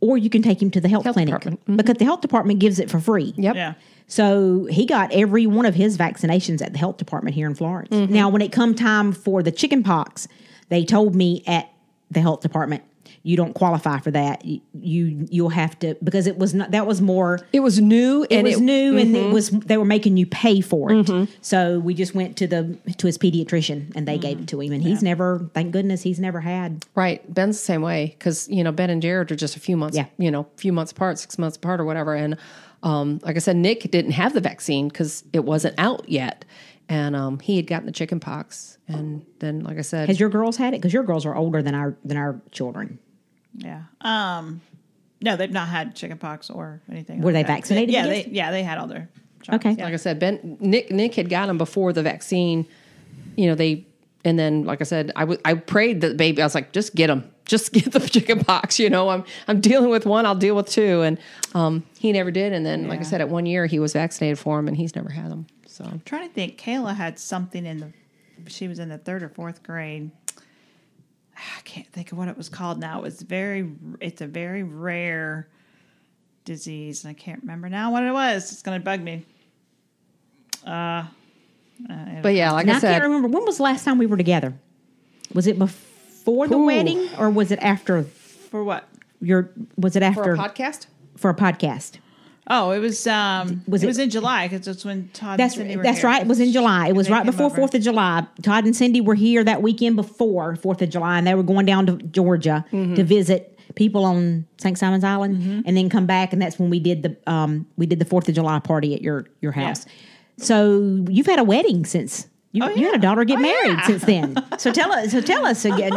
S3: Or you can take him to the health, clinic
S4: department. Mm-hmm.
S3: because the health department gives it for free.
S4: Yep.
S2: Yeah.
S3: So he got every one of his vaccinations at the health department here in Florence.
S4: Mm-hmm.
S3: Now, when it come time for the chicken pox, they told me at the health department, you don't qualify for that. You you'll have to because it was not that was more
S4: It mm-hmm. was new
S3: it
S4: and
S3: was new and it was they were making you pay for it. So we just went to the to his pediatrician and they gave it to him and he's never thank goodness he's never had
S4: Right. Ben's the same way because, you know, Ben and Jared are just a few months,
S3: Yeah.
S4: you know, few months apart, six months apart or whatever. And Um, like I said, Nick didn't have the vaccine because it wasn't out yet, and um, he had gotten the chicken pox. And then, like I said,
S3: Has your girls had it? Because your girls are older than our than our children.
S2: Yeah. Um, no, they've not had chickenpox or anything.
S3: Were
S2: like
S3: they
S2: that.
S3: vaccinated
S2: Yeah, they,
S3: against
S2: yeah, they had all their. shots.
S3: Okay.
S2: Yeah.
S4: like I said, Ben Nick Nick had got him before the vaccine. You know they, and then like I said, I w- I prayed that the baby. I was like, just get him, just get the chicken pox. You know, I'm I'm dealing with one, I'll deal with two, and um, he never did. And then like I
S2: Yeah.
S4: said, at one year he was vaccinated for him, and he's never had them. So
S2: I'm trying to think. Kayla had something in the. She was in the third or fourth grade. I can't think of what it was called now. It was very. It's a very rare disease, and I can't remember now what it was. It's going to bug me.
S4: But yeah, like
S3: Now,
S4: I
S3: I
S4: said,
S3: can't remember when was the last time we were together. Was it before the
S4: Ooh.
S3: wedding or was it after
S2: For what?
S3: your? Was it
S4: for
S3: after
S4: a podcast.
S3: for a podcast?
S2: Oh, it was. Um,
S3: Was
S2: it,
S3: it-
S2: was in July because that's when Todd.
S3: That's
S2: and Cindy were
S3: that's
S2: here.
S3: right. It was in July. It was
S2: they
S3: right
S2: came
S3: before
S2: over.
S3: Fourth of July. Todd and Cindy were here that weekend before Fourth of July, and they were going down to Georgia
S2: Mm-hmm.
S3: to visit people on St. Simon's Island, and then come back. And that's when we did the um we did the Fourth of July party at your your house. So you've had a wedding since. You,
S2: Oh,
S3: you had a
S2: yeah.
S3: daughter get
S2: Oh,
S3: married
S2: yeah.
S3: since then. So tell us. So tell us again.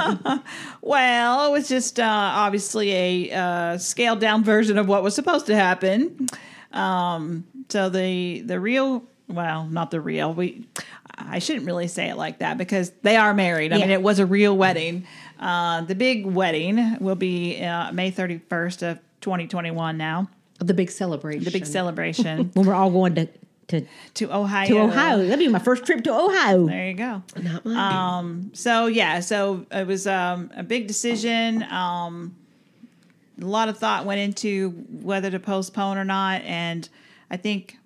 S2: Well, it was just uh, obviously a uh, scaled down version of what was supposed to happen. Um, so the the real, well, not the real. We, I shouldn't really say it like that because they are married. I mean,
S3: Yeah.
S2: it was a real wedding. Uh, the big wedding will be uh, May thirty first of twenty twenty one. Now,
S4: The big celebration.
S2: the big celebration
S3: when we're all going to to,
S2: to Ohio.
S3: to Ohio. That'd be my first trip to Ohio.
S2: There you go.
S4: Not mine.
S2: Um, so yeah, so it was um, a big decision. Um, a lot of thought went into whether to postpone or not, and I think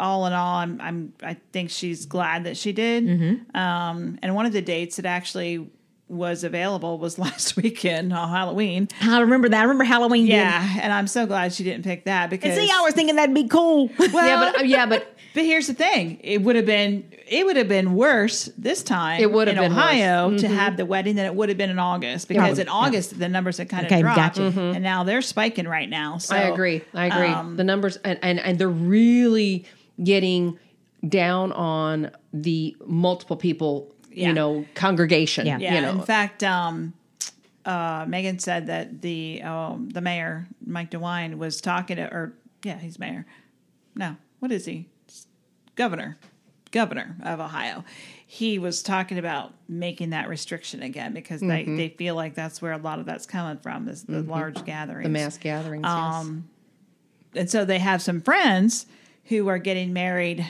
S2: all in all, I'm, I'm I think she's glad that she did. Um, and one of the dates that actually was available was last weekend on Halloween.
S3: I remember that. I remember Halloween. did.
S2: Yeah, and I'm so glad she didn't pick that because
S3: And see, I was thinking that'd be cool.
S4: yeah, but uh, yeah, but
S2: But here's the thing: it would have been it would have been worse this time.
S4: It would have
S2: in
S4: been Mm-hmm.
S2: Ohio to have the wedding than it would have been in August because in August the numbers had kind of
S3: Okay,
S2: dropped,
S3: gotcha.
S2: and now they're spiking right now. So
S4: Mm-hmm.
S2: um,
S4: I agree. I agree. the numbers and, and and they're really getting down on the multiple people,
S2: Yeah.
S4: you know, congregation.
S3: Yeah.
S2: Yeah.
S4: You know,
S2: In fact, um, uh, Megan said that the um, the mayor Mike DeWine was talking to, or yeah, he's mayor. No, what is he? Governor, governor of Ohio. He was talking about making that restriction again because
S4: Mm-hmm.
S2: they, they feel like that's where a lot of that's coming from is the large gatherings.
S4: the mass gatherings. Um,
S2: and so they have some friends who are getting married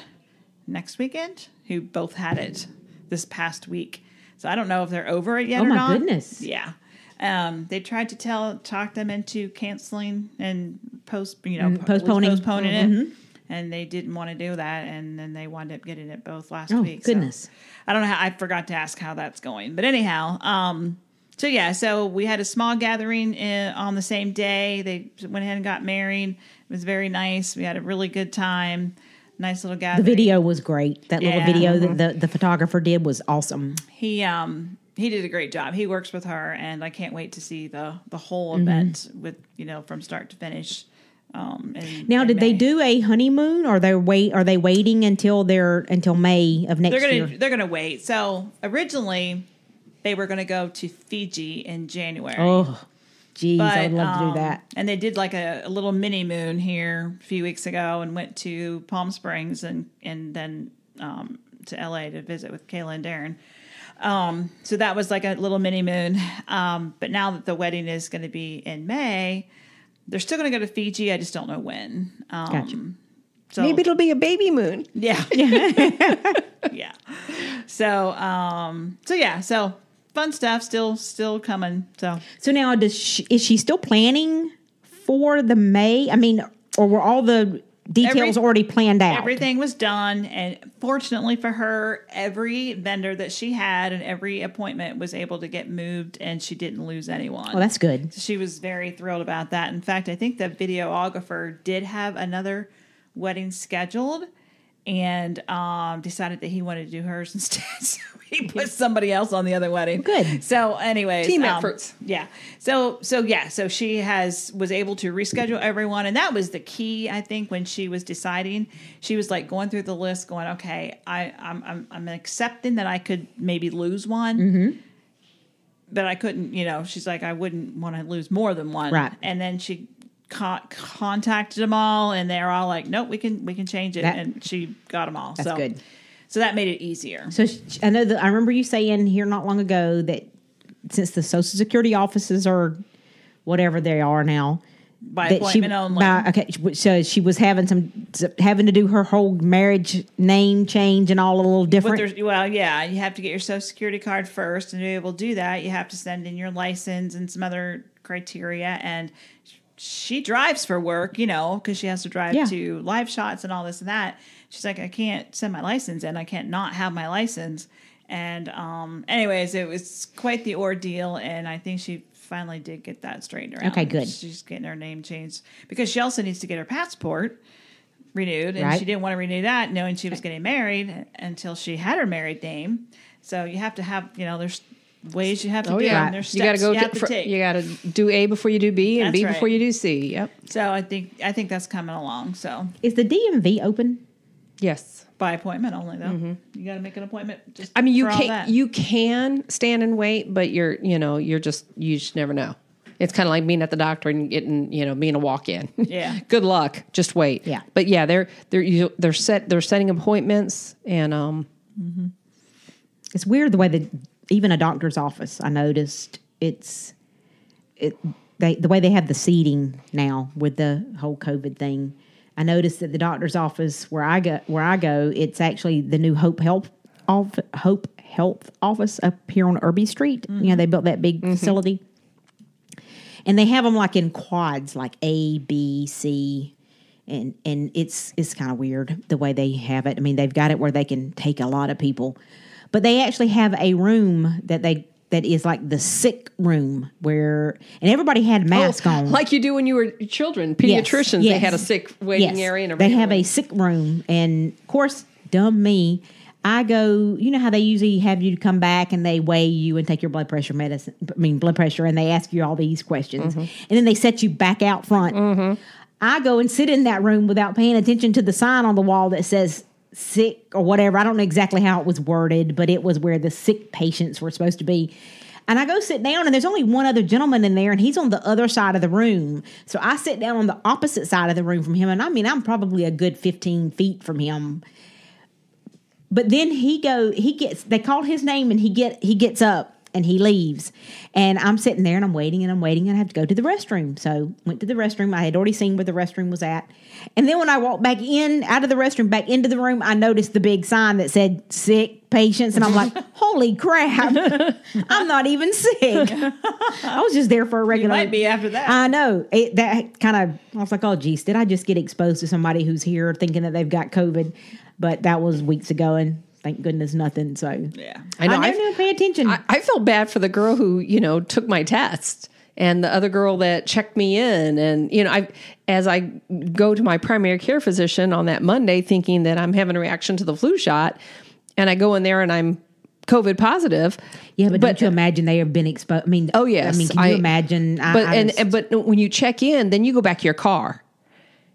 S2: next weekend who both had it this past week. So I don't know if they're over it yet
S3: Oh,
S2: or
S3: my
S2: not.
S3: goodness.
S2: Yeah. Um, they tried to tell talk them into canceling and post you know
S3: Mm-hmm. postponing. Mm-hmm.
S2: postponing it. And they didn't want to do that, and then they wound up getting it both last
S3: Oh,
S2: week. So
S3: goodness.
S2: I don't know. How, I forgot to ask how that's going, but anyhow, um, so yeah, so we had a small gathering in, on the same day. They went ahead and got married. It was very nice. We had a really good time. Nice little
S3: The
S2: gathering.
S3: video was great. That little
S2: Yeah.
S3: video that the, the photographer did was awesome.
S2: He um he did a great job. He works with her, and I can't wait to see the the whole
S3: Mm-hmm.
S2: event with you know from start to finish. Um, in-
S3: Now,
S2: in
S3: did they
S2: May.
S3: do a honeymoon, or they wait? Are they waiting until they're until May of next
S2: They're gonna
S3: year?
S2: they're gonna wait. So originally, they were gonna go to Fiji in January.
S3: Oh, geez,
S2: But,
S3: I'd love to
S2: um,
S3: do that.
S2: And they did like a, a little mini moon here a few weeks ago, and went to Palm Springs and and then um, to LA to visit with Kayla and Darren. Um, so that was like a little mini moon. Um, but now that the wedding is going to be in May, they're still going to go to Fiji. I just don't know when. Um,
S3: Gotcha.
S2: so,
S4: Maybe it'll be a baby moon.
S2: yeah. yeah. So um, so yeah. So fun stuff still still coming. So
S3: So now, does she, is she still planning for the May? I mean, or were all the details
S2: Every-
S3: already planned out?
S2: Everything was done, and fortunately for her, every vendor that she had and every appointment was able to get moved, and she didn't lose anyone.
S3: Well, Oh, that's good.
S2: she was very thrilled about that. In fact, I think the videographer did have another wedding scheduled, and um, decided that he wanted to do hers instead. so he put somebody else on the other wedding.
S3: Good.
S2: So, anyways,
S4: Team
S2: um,
S4: efforts.
S2: Yeah. So, so yeah. So she has was able to reschedule everyone, and that was the key, I think, when she was deciding. She was like going through the list, going, "Okay, I, I'm, I'm, I'm accepting that I could maybe lose one."
S4: Mm-hmm.
S2: but I couldn't, you know, she's like, I wouldn't want to lose more than one.
S3: Right.
S2: And then she con- contacted them all and they're all like, nope, we can, we can change it.
S3: That-
S2: and she got them all.
S3: That's
S2: so,
S3: good.
S2: so that made it easier.
S3: So sh I know that I remember you saying here not long ago that since the Social Security offices are whatever they are now,
S2: By
S3: that
S2: appointment only.
S3: by- okay, so she was having some having to do her whole marriage name change and all a little
S2: But
S3: different.
S2: there's, well, yeah, you have to get your social security card first and to be able to do that, you have to send in your license and some other criteria. And she drives for work, you know, because she has to drive
S3: Yeah.
S2: to live shots and all this and that. She's like, I can't send my license in. I can't not have my license. And, um, anyways, it was quite the ordeal. And I think she finally did get that straightened around.
S3: Okay, good.
S2: She's getting her name changed because she also needs to get her passport renewed and
S3: Right.
S2: she didn't want to renew that knowing she was getting married until she had her married name so you have to have you know there's ways you have to
S4: Oh
S2: do it
S4: yeah,
S2: and there's steps
S4: you got to go.
S2: you have
S4: t-
S2: to
S4: fr-
S2: take
S4: you got to do A before you do B, and
S2: That's
S4: B
S2: right.
S4: before you do C. Yep.
S2: so i think i think that's coming along so
S3: Is the DMV open?
S4: Yes.
S2: by appointment only though you got to make an appointment just
S4: Mm-hmm. I mean, you
S2: for all
S4: can
S2: that.
S4: you can stand and wait, but you're you know you're just you just never know. It's kind of like being at the doctor and getting you know being a walk in.
S2: Yeah.
S4: Good luck. Just wait.
S3: Yeah.
S4: But yeah, they're they're you, they're set they're setting appointments and um
S3: It's weird the way that even a doctor's office I noticed it's it they the way they have the seating now with the whole COVID thing. I noticed that the doctor's office where I go where I go, it's actually the new Hope Health off Hope Health office up here on Irby Street. You know, they built that big facility. And they have them like in quads, like A, B, C, and and it's it's kind of weird the way they have it. I mean, they've got it where they can take a lot of people, but they actually have a room that they that is like the sick room where and everybody had masks on.
S4: Oh, like you do when you were children
S3: Yes,
S4: pediatricians they
S3: yes,
S4: had a sick waiting
S3: yes.
S4: area and a
S3: they
S4: waiting
S3: have
S4: room.
S3: a sick room, and of course, dumb me. I go, you know how they usually have you come back and they weigh you and take your blood pressure medicine, I mean, blood pressure, and they ask you all these questions.
S4: Mm-hmm.
S3: And then they set you back out front.
S4: Mm.
S3: I go and sit in that room without paying attention to the sign on the wall that says sick or whatever. I don't know exactly how it was worded, but it was where the sick patients were supposed to be. And I go sit down, and there's only one other gentleman in there, and he's on the other side of the room. So I sit down on the opposite side of the room from him. And I mean, I'm probably a good 15 feet from him. But then he go he gets they call his name and he get he gets up and he leaves. And I'm sitting there and I'm waiting and I'm waiting and I have to go to the restroom. So went to the restroom. I had already seen where the restroom was at. And then when I walked back in out of the restroom back into the room, I noticed the big sign that said sick patients and I'm like, "Holy crap. I'm not even sick." I was just there for a regular
S2: might be after that.
S3: I know it, that kind of. I was like, "Oh, geez, did I just get exposed to somebody who's here thinking that they've got COVID?" But that was weeks ago, and thank goodness nothing. So
S2: yeah
S3: I,
S4: know,
S3: never
S4: I've-
S3: knew to pay attention.
S4: I, I felt bad for the girl who you know took my test and the other girl that checked me in and you know i as i go to my primary care physician on that monday thinking that i'm having a reaction to the flu shot and i go in there and i'm covid positive
S3: yeah, but, don't you imagine they have been exposed? I mean,
S4: oh yes
S3: I mean, can you imagine? I-
S4: but
S3: I
S4: and,
S3: was-
S4: and but when you check in then you go back to your car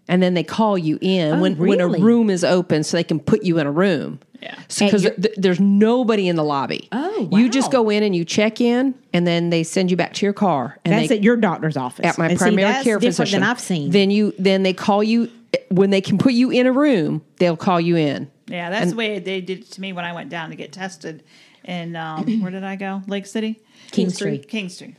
S4: and then they call you in when when a
S3: Oh, really?
S4: room is open so they can put you in a room
S2: Yeah.
S3: At
S4: because
S3: your-
S4: th- there's nobody in the lobby
S3: Oh,
S4: you just
S3: wow.
S4: go in and you check in and then they send you back to your car and
S3: that's
S4: they,
S3: at your doctor's office.
S4: at my
S3: And see,
S4: primary
S3: that's
S4: care
S3: different
S4: physician
S3: than I've seen.
S4: then you then they call you eh, when they can put you in a room they'll call you in
S2: yeah that's the way they did it to me when i went down to get tested and um where did i go lake city
S3: King Street.
S2: king street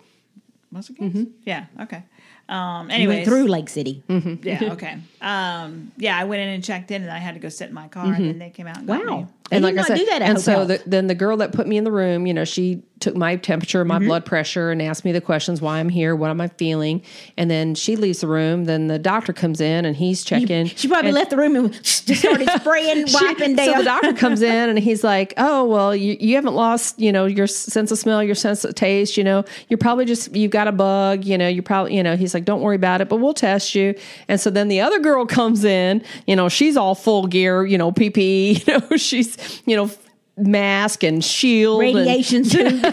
S2: was it king
S4: Mm-hmm.
S2: yeah okay um
S3: You
S2: anyways
S3: went through Lake City.
S2: Yeah. Okay. Um, yeah, I went in and checked in, and I had to go sit in my car, and then they came out and got
S3: Mm-hmm. Wow.
S2: me.
S3: They did not do that at
S4: and so
S3: hotels.
S4: the, then the girl that put me in the room, you know, she took my temperature, my
S3: Mm-hmm.
S4: blood pressure, and asked me the questions: Why I'm here? What am I feeling? And then she leaves the room. Then the doctor comes in and he's checking.
S3: She probably
S4: and
S3: left the room and just started spraying,
S4: she-
S3: wiping down.
S4: So the doctor comes in and he's like, "Oh well, you, you haven't lost, you know, your s- sense of smell, your sense of taste. You know, you're probably just you've got a bug. You know, you probably, you know." He's like, "Don't worry about it, but we'll test you." And so then the other girl comes in. You know, she's all full gear. You know, PPE. You know, she's you know. Mask and shield, and,
S3: Radiation tube.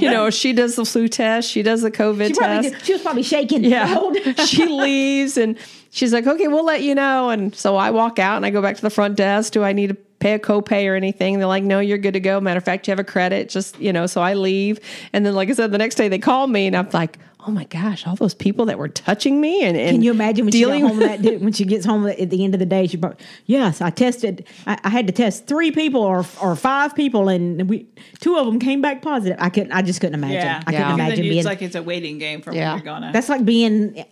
S4: you know, she does the flu test, she does the COVID
S3: She,
S4: test.
S3: probably did, she was probably shaking. cold.
S4: Yeah. she leaves and she's like, okay, we'll let you know. And so I walk out and I go back to the front desk. Do I need to pay a copay or anything? They're like, no, you're good to go. Matter of fact, you have a credit. Just, you know, so I leave. And then, like I said, the next day they call me and I'm like, oh my gosh, all those people that were touching me and, and
S3: Can you imagine when
S4: dealing
S3: she got home that day, when she gets home at the end of the day? She probably, yes, I tested. I, I had to test three people or or five people, and we two of them came back positive. I couldn't. I just couldn't imagine. I
S2: Yeah,
S3: couldn't
S4: Yeah.
S2: Because then
S3: imagine
S2: you-
S3: being.
S2: It's like uh. it's a waiting game for
S4: Yeah.
S2: when you're gonna.
S3: that's like being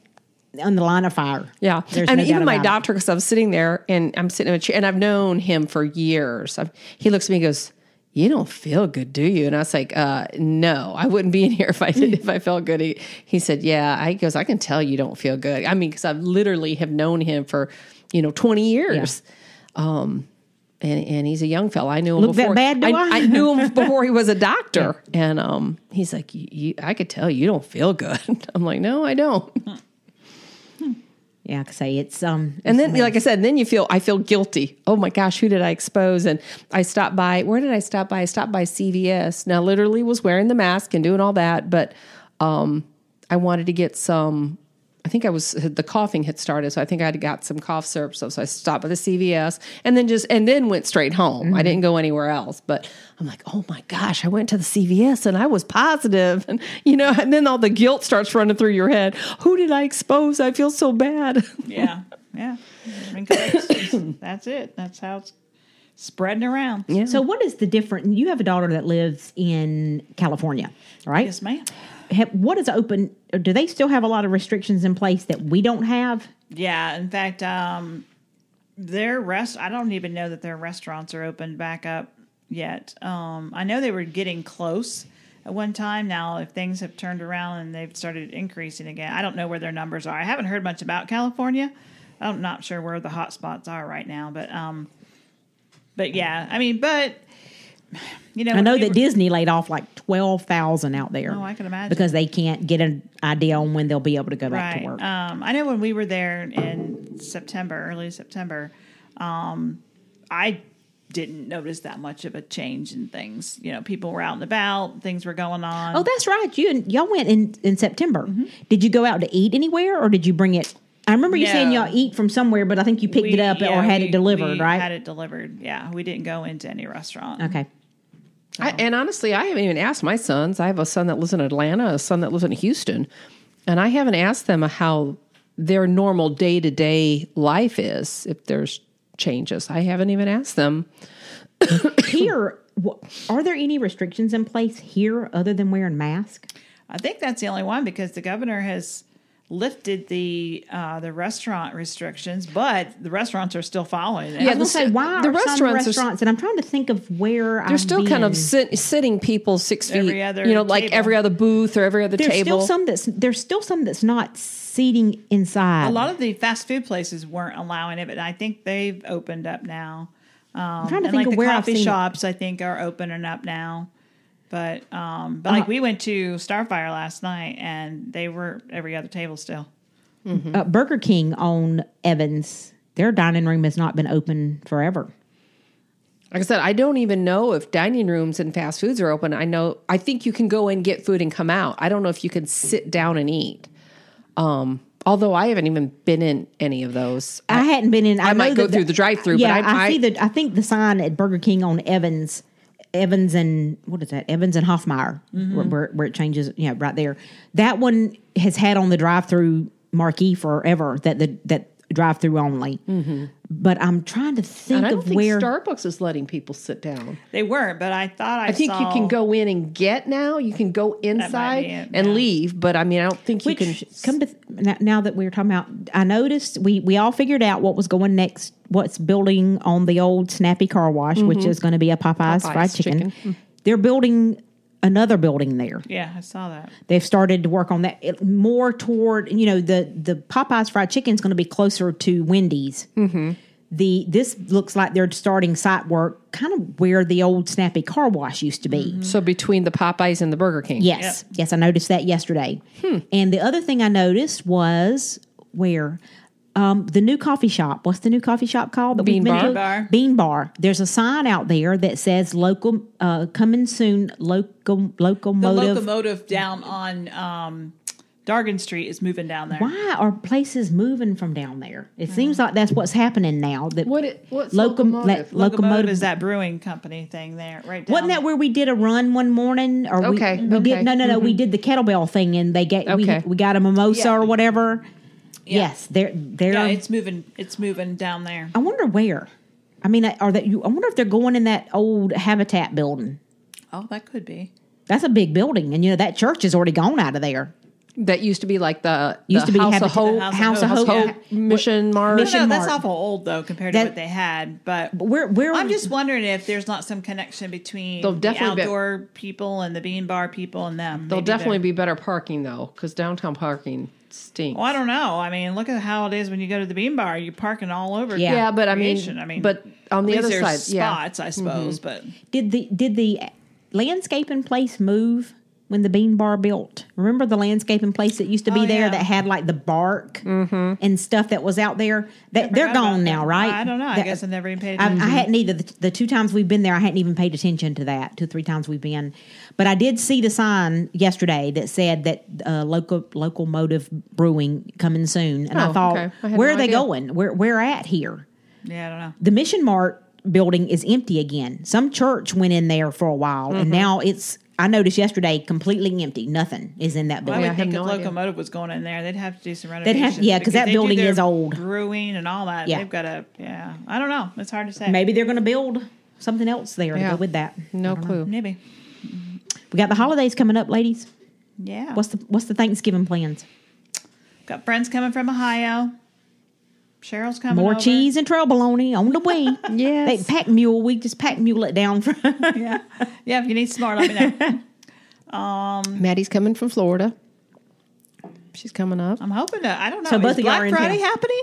S3: on the line of fire.
S4: Yeah.
S3: There's
S4: and
S3: no doubt
S4: even my
S3: about it.
S4: doctor, because I'm sitting there and I'm sitting in a chair and I've known him for years. I've, he looks at me and goes, you don't feel good, do you? And I was like, uh, no, I wouldn't be in here if I did, if I felt good. He, he said, yeah, I he goes, I can tell you don't feel good. I mean, cause I've literally have known him for, you know, 20 years. Um, and, and he's a young fella. I knew him
S3: Look that
S4: before.
S3: bad, do I?
S4: I knew him before he was a doctor. And um, he's like, "You- you, I could tell you don't feel good. I'm like, no, I don't.
S3: Yeah, I could say it's um.
S4: And then, like I said, then you feel I feel guilty. Oh my gosh, who did I expose? And I stopped by. Where did I stop by? I stopped by CVS. Now, literally, was wearing the mask and doing all that, but um, I wanted to get some. I think I was the coughing had started, so I think I had got some cough syrup. So, so I stopped by the CVS and then just and then went straight home. I didn't go anywhere else. But I'm like, oh my gosh, I went to the CVS and I was positive, and you know, and then all the guilt starts running through your head. Who did I expose? I feel so bad.
S2: yeah, yeah. Drink it. That's it. That's how it's spreading around.
S3: So what is the difference? You have a daughter that lives in California, right?
S2: Yes, ma'am.
S3: Have, what is open? or Do they still have a lot of restrictions in place that we don't have?
S2: Yeah, in fact, um, their rest I don't even know that their restaurants are opened back up yet. Um, I know they were getting close at one time. Now, if things have turned around and they've started increasing again, I don't know where their numbers are. I haven't heard much about California. I'm not sure where the hot spots are right now, but um, but yeah, I mean, but you know,
S3: I know
S2: we
S3: that
S2: were-
S3: Disney laid off like twelve thousand out there.
S2: Oh, I can imagine.
S3: because they can't get an idea on when they'll be able to go back to work.
S2: Um, I know when we were there in September, early September, um, I didn't notice that much of a change in things. You know, people were out and about, things were going on.
S3: oh, that's right. You and y'all went in in September.
S2: Mm-hmm.
S3: Did you go out to eat anywhere, or did you bring it? I remember you saying
S2: No.
S3: y'all eat from somewhere, but I think you picked
S2: We-
S3: it up
S2: yeah,
S3: or had
S2: we-
S3: it delivered,
S2: we
S3: right?
S2: Had it delivered. Yeah, we didn't go into any restaurant.
S3: okay.
S4: I, and honestly, I haven't even asked my sons. I have a son that lives in Atlanta, a son that lives in Houston, and I haven't asked them how their normal day to day life is if there's changes. I haven't even asked them.
S3: Here, wh- are there any restrictions in place here other than wearing masks?
S2: I think that's the only one because the governor has lifted the uh, the restaurant restrictions, but the restaurants are still following it.
S4: Yeah,
S3: I was gonna
S4: the-
S3: say why
S4: the
S3: are restaurants some
S4: restaurants are s-
S3: restaurants, and I'm trying to think of where
S4: They're still kind of sit, sitting people six feet,
S2: Every other
S4: you know, like
S2: table.
S4: every other booth or every other
S3: There's
S4: table.
S3: still some that's there's still some that's not seating inside.
S2: A lot of the fast food places weren't allowing it, but I think they've opened up now. Um, I'm
S3: trying to think
S2: like
S3: of
S2: the
S3: where I've
S2: coffee
S3: seen it.
S2: shops, I think, are opening up now. But um,
S3: Uh-huh.
S2: but like we went to Starfire last night, and they were every other table still.
S3: uh, Burger King on Evans, their dining room has not been open forever.
S4: like I said, I don't even know if dining rooms and fast foods are open. I know I think you can go and get food and come out. I don't know if you can sit down and eat. Um, although I haven't even been in any of those.
S3: I hadn't been in. I,
S4: I might
S3: know
S4: go
S3: that
S4: through the drive-thru, but
S3: Yeah,
S4: I-
S3: I,
S4: I-
S3: see the. I think the sign at Burger King on Evans, Evans and what is that? Evans and Hoffmeyer,
S4: Mm-hmm.
S3: where, where where it changes. Yeah, right there. That one has had on the drive-through marquee forever. That the that drive-through only. But I'm trying to think
S4: Mm-hmm. And I don't
S3: of
S4: think
S3: where.
S4: Starbucks is letting people sit down.
S2: They were, but I thought I,
S4: I think you
S2: saw-
S4: can go in and get now. You can go inside
S2: it,
S4: and
S2: yeah.
S4: leave, but I mean, I don't think you
S3: which
S4: can.
S3: come to th- now, now that we were talking about, I noticed we we all figured out what was going next, what's building on the old Snappy Car Wash, which is going to be a Popeyes,
S4: Popeyes
S3: fried chicken.
S4: chicken.
S3: They're building another building there.
S2: Yeah, I saw that.
S3: They've started to work on that it, more toward you know the the Popeyes fried chicken is going to be closer to Wendy's. Mm-hmm. The this looks like they're starting site work kind of where the old Snappy Car Wash used to be.
S4: So between the Popeyes and the Burger King,
S3: Yes. Yes, I noticed that yesterday.
S2: Hmm.
S3: And the other thing I noticed was where um, the new coffee shop. What's the new coffee shop called? that we've
S4: Bean
S3: been
S4: Bar.
S3: to?
S4: Bean
S2: Bar.
S3: Bean Bar. There's a sign out there that says local uh, coming soon local
S2: The
S3: locomotive.
S2: locomotive down on um, Dargan Street is moving down there.
S3: Why are places moving from down there? It seems like that's what's happening now. That
S4: What it, what's
S3: Locom-
S4: locomotive?
S3: let- lo-
S2: Locomotive,
S3: Locomotive-
S2: is that brewing company thing there, right? Down
S3: wasn't that where we did a run one morning? Or we-
S4: Okay,
S3: we,
S4: okay.
S3: did no no no we did the kettlebell thing and they get
S4: Okay.
S3: we, we got a mimosa
S2: Mm-hmm. Yeah.
S3: or whatever.
S2: Yeah.
S3: Yes, they're they're
S2: Yeah, it's moving. It's moving down there.
S3: I wonder where. I mean, are that you? I wonder if they're going in that old Habitat building.
S2: Oh, that could be.
S3: That's a big building, and you know that church is already gone out of there.
S4: that used to be like the, the
S3: Used to be
S4: House
S3: Habitat-
S4: of Hope,
S2: House of
S3: House of
S2: Hope.
S3: Hope.
S4: Hope Mission Mars.
S3: Mission-
S2: No, that's
S3: Mart.
S2: awful old though compared
S3: That-
S2: to what they had. But
S3: But where? Where?
S2: I'm just wondering if there's not some connection between
S4: There'll
S2: the
S4: definitely be-
S2: outdoor people and the bean bar people and them.
S4: There'll
S2: Maybe
S4: definitely
S2: they're-
S4: be better parking though, because downtown parking stinks.
S2: Well, I don't know. I mean, look at how it is when you go to the bean bar. You're parking all over.
S3: Yeah.
S4: yeah, but I
S2: creation.
S4: mean,
S2: I mean,
S4: but on the
S2: at least
S4: other side,
S2: there's
S4: yeah,
S2: spots, I suppose. But
S3: did the did the landscaping place move when the Bean Bar built? Remember the landscaping place that used to be
S2: Oh,
S3: there
S2: yeah. Mm-hmm.
S3: that had like the bark and stuff that was out there? That they're
S2: forgot about
S3: gone now,
S2: that.
S3: right?
S2: I don't know. I
S3: That-
S2: guess I never even paid
S3: I,
S4: Mm-hmm.
S2: attention.
S3: I hadn't either. The, the two times we've been there, I hadn't even paid attention to that. Two, three times we've been, but I did see the sign yesterday that said that uh, local locomotive brewing coming soon, and
S4: Oh,
S3: I thought,
S4: okay. I had
S3: where
S4: no
S3: are they
S4: idea.
S3: going? Where where at here?
S2: yeah, I don't know.
S3: The Mission Mart building is empty again. Some church went in there for a while,
S4: Mm-hmm.
S3: and now it's. I noticed yesterday completely empty. Nothing is in that
S2: I
S3: building.
S2: would
S4: I have
S2: think if
S4: no idea.
S2: locomotive was going in there, they'd have to do some
S3: have-
S2: renovations.
S3: yeah, 'cause that
S2: they do
S3: building
S2: their
S3: is old.
S2: Brewing and all that.
S3: Yeah.
S2: They've got to. Yeah, I don't know. It's hard to say.
S3: Maybe they're going to build something else there
S4: Yeah.
S3: to go with that.
S4: no clue.
S2: Maybe.
S3: We got the holidays coming up, ladies.
S2: Yeah.
S3: What's the What's the Thanksgiving plans?
S2: got friends coming from Ohio. Cheryl's coming.
S3: More
S2: over.
S3: cheese and trail bologna on the way. They
S4: Yes.
S3: pack mule. We just pack mule it down for
S2: Yeah. Yeah. If you need some more, let me know.
S4: Maddie's coming from Florida. She's coming up.
S2: I'm hoping to. I don't know.
S3: So both
S2: is
S3: of y'all are
S2: Black
S3: in
S2: Friday
S3: town.
S2: happening?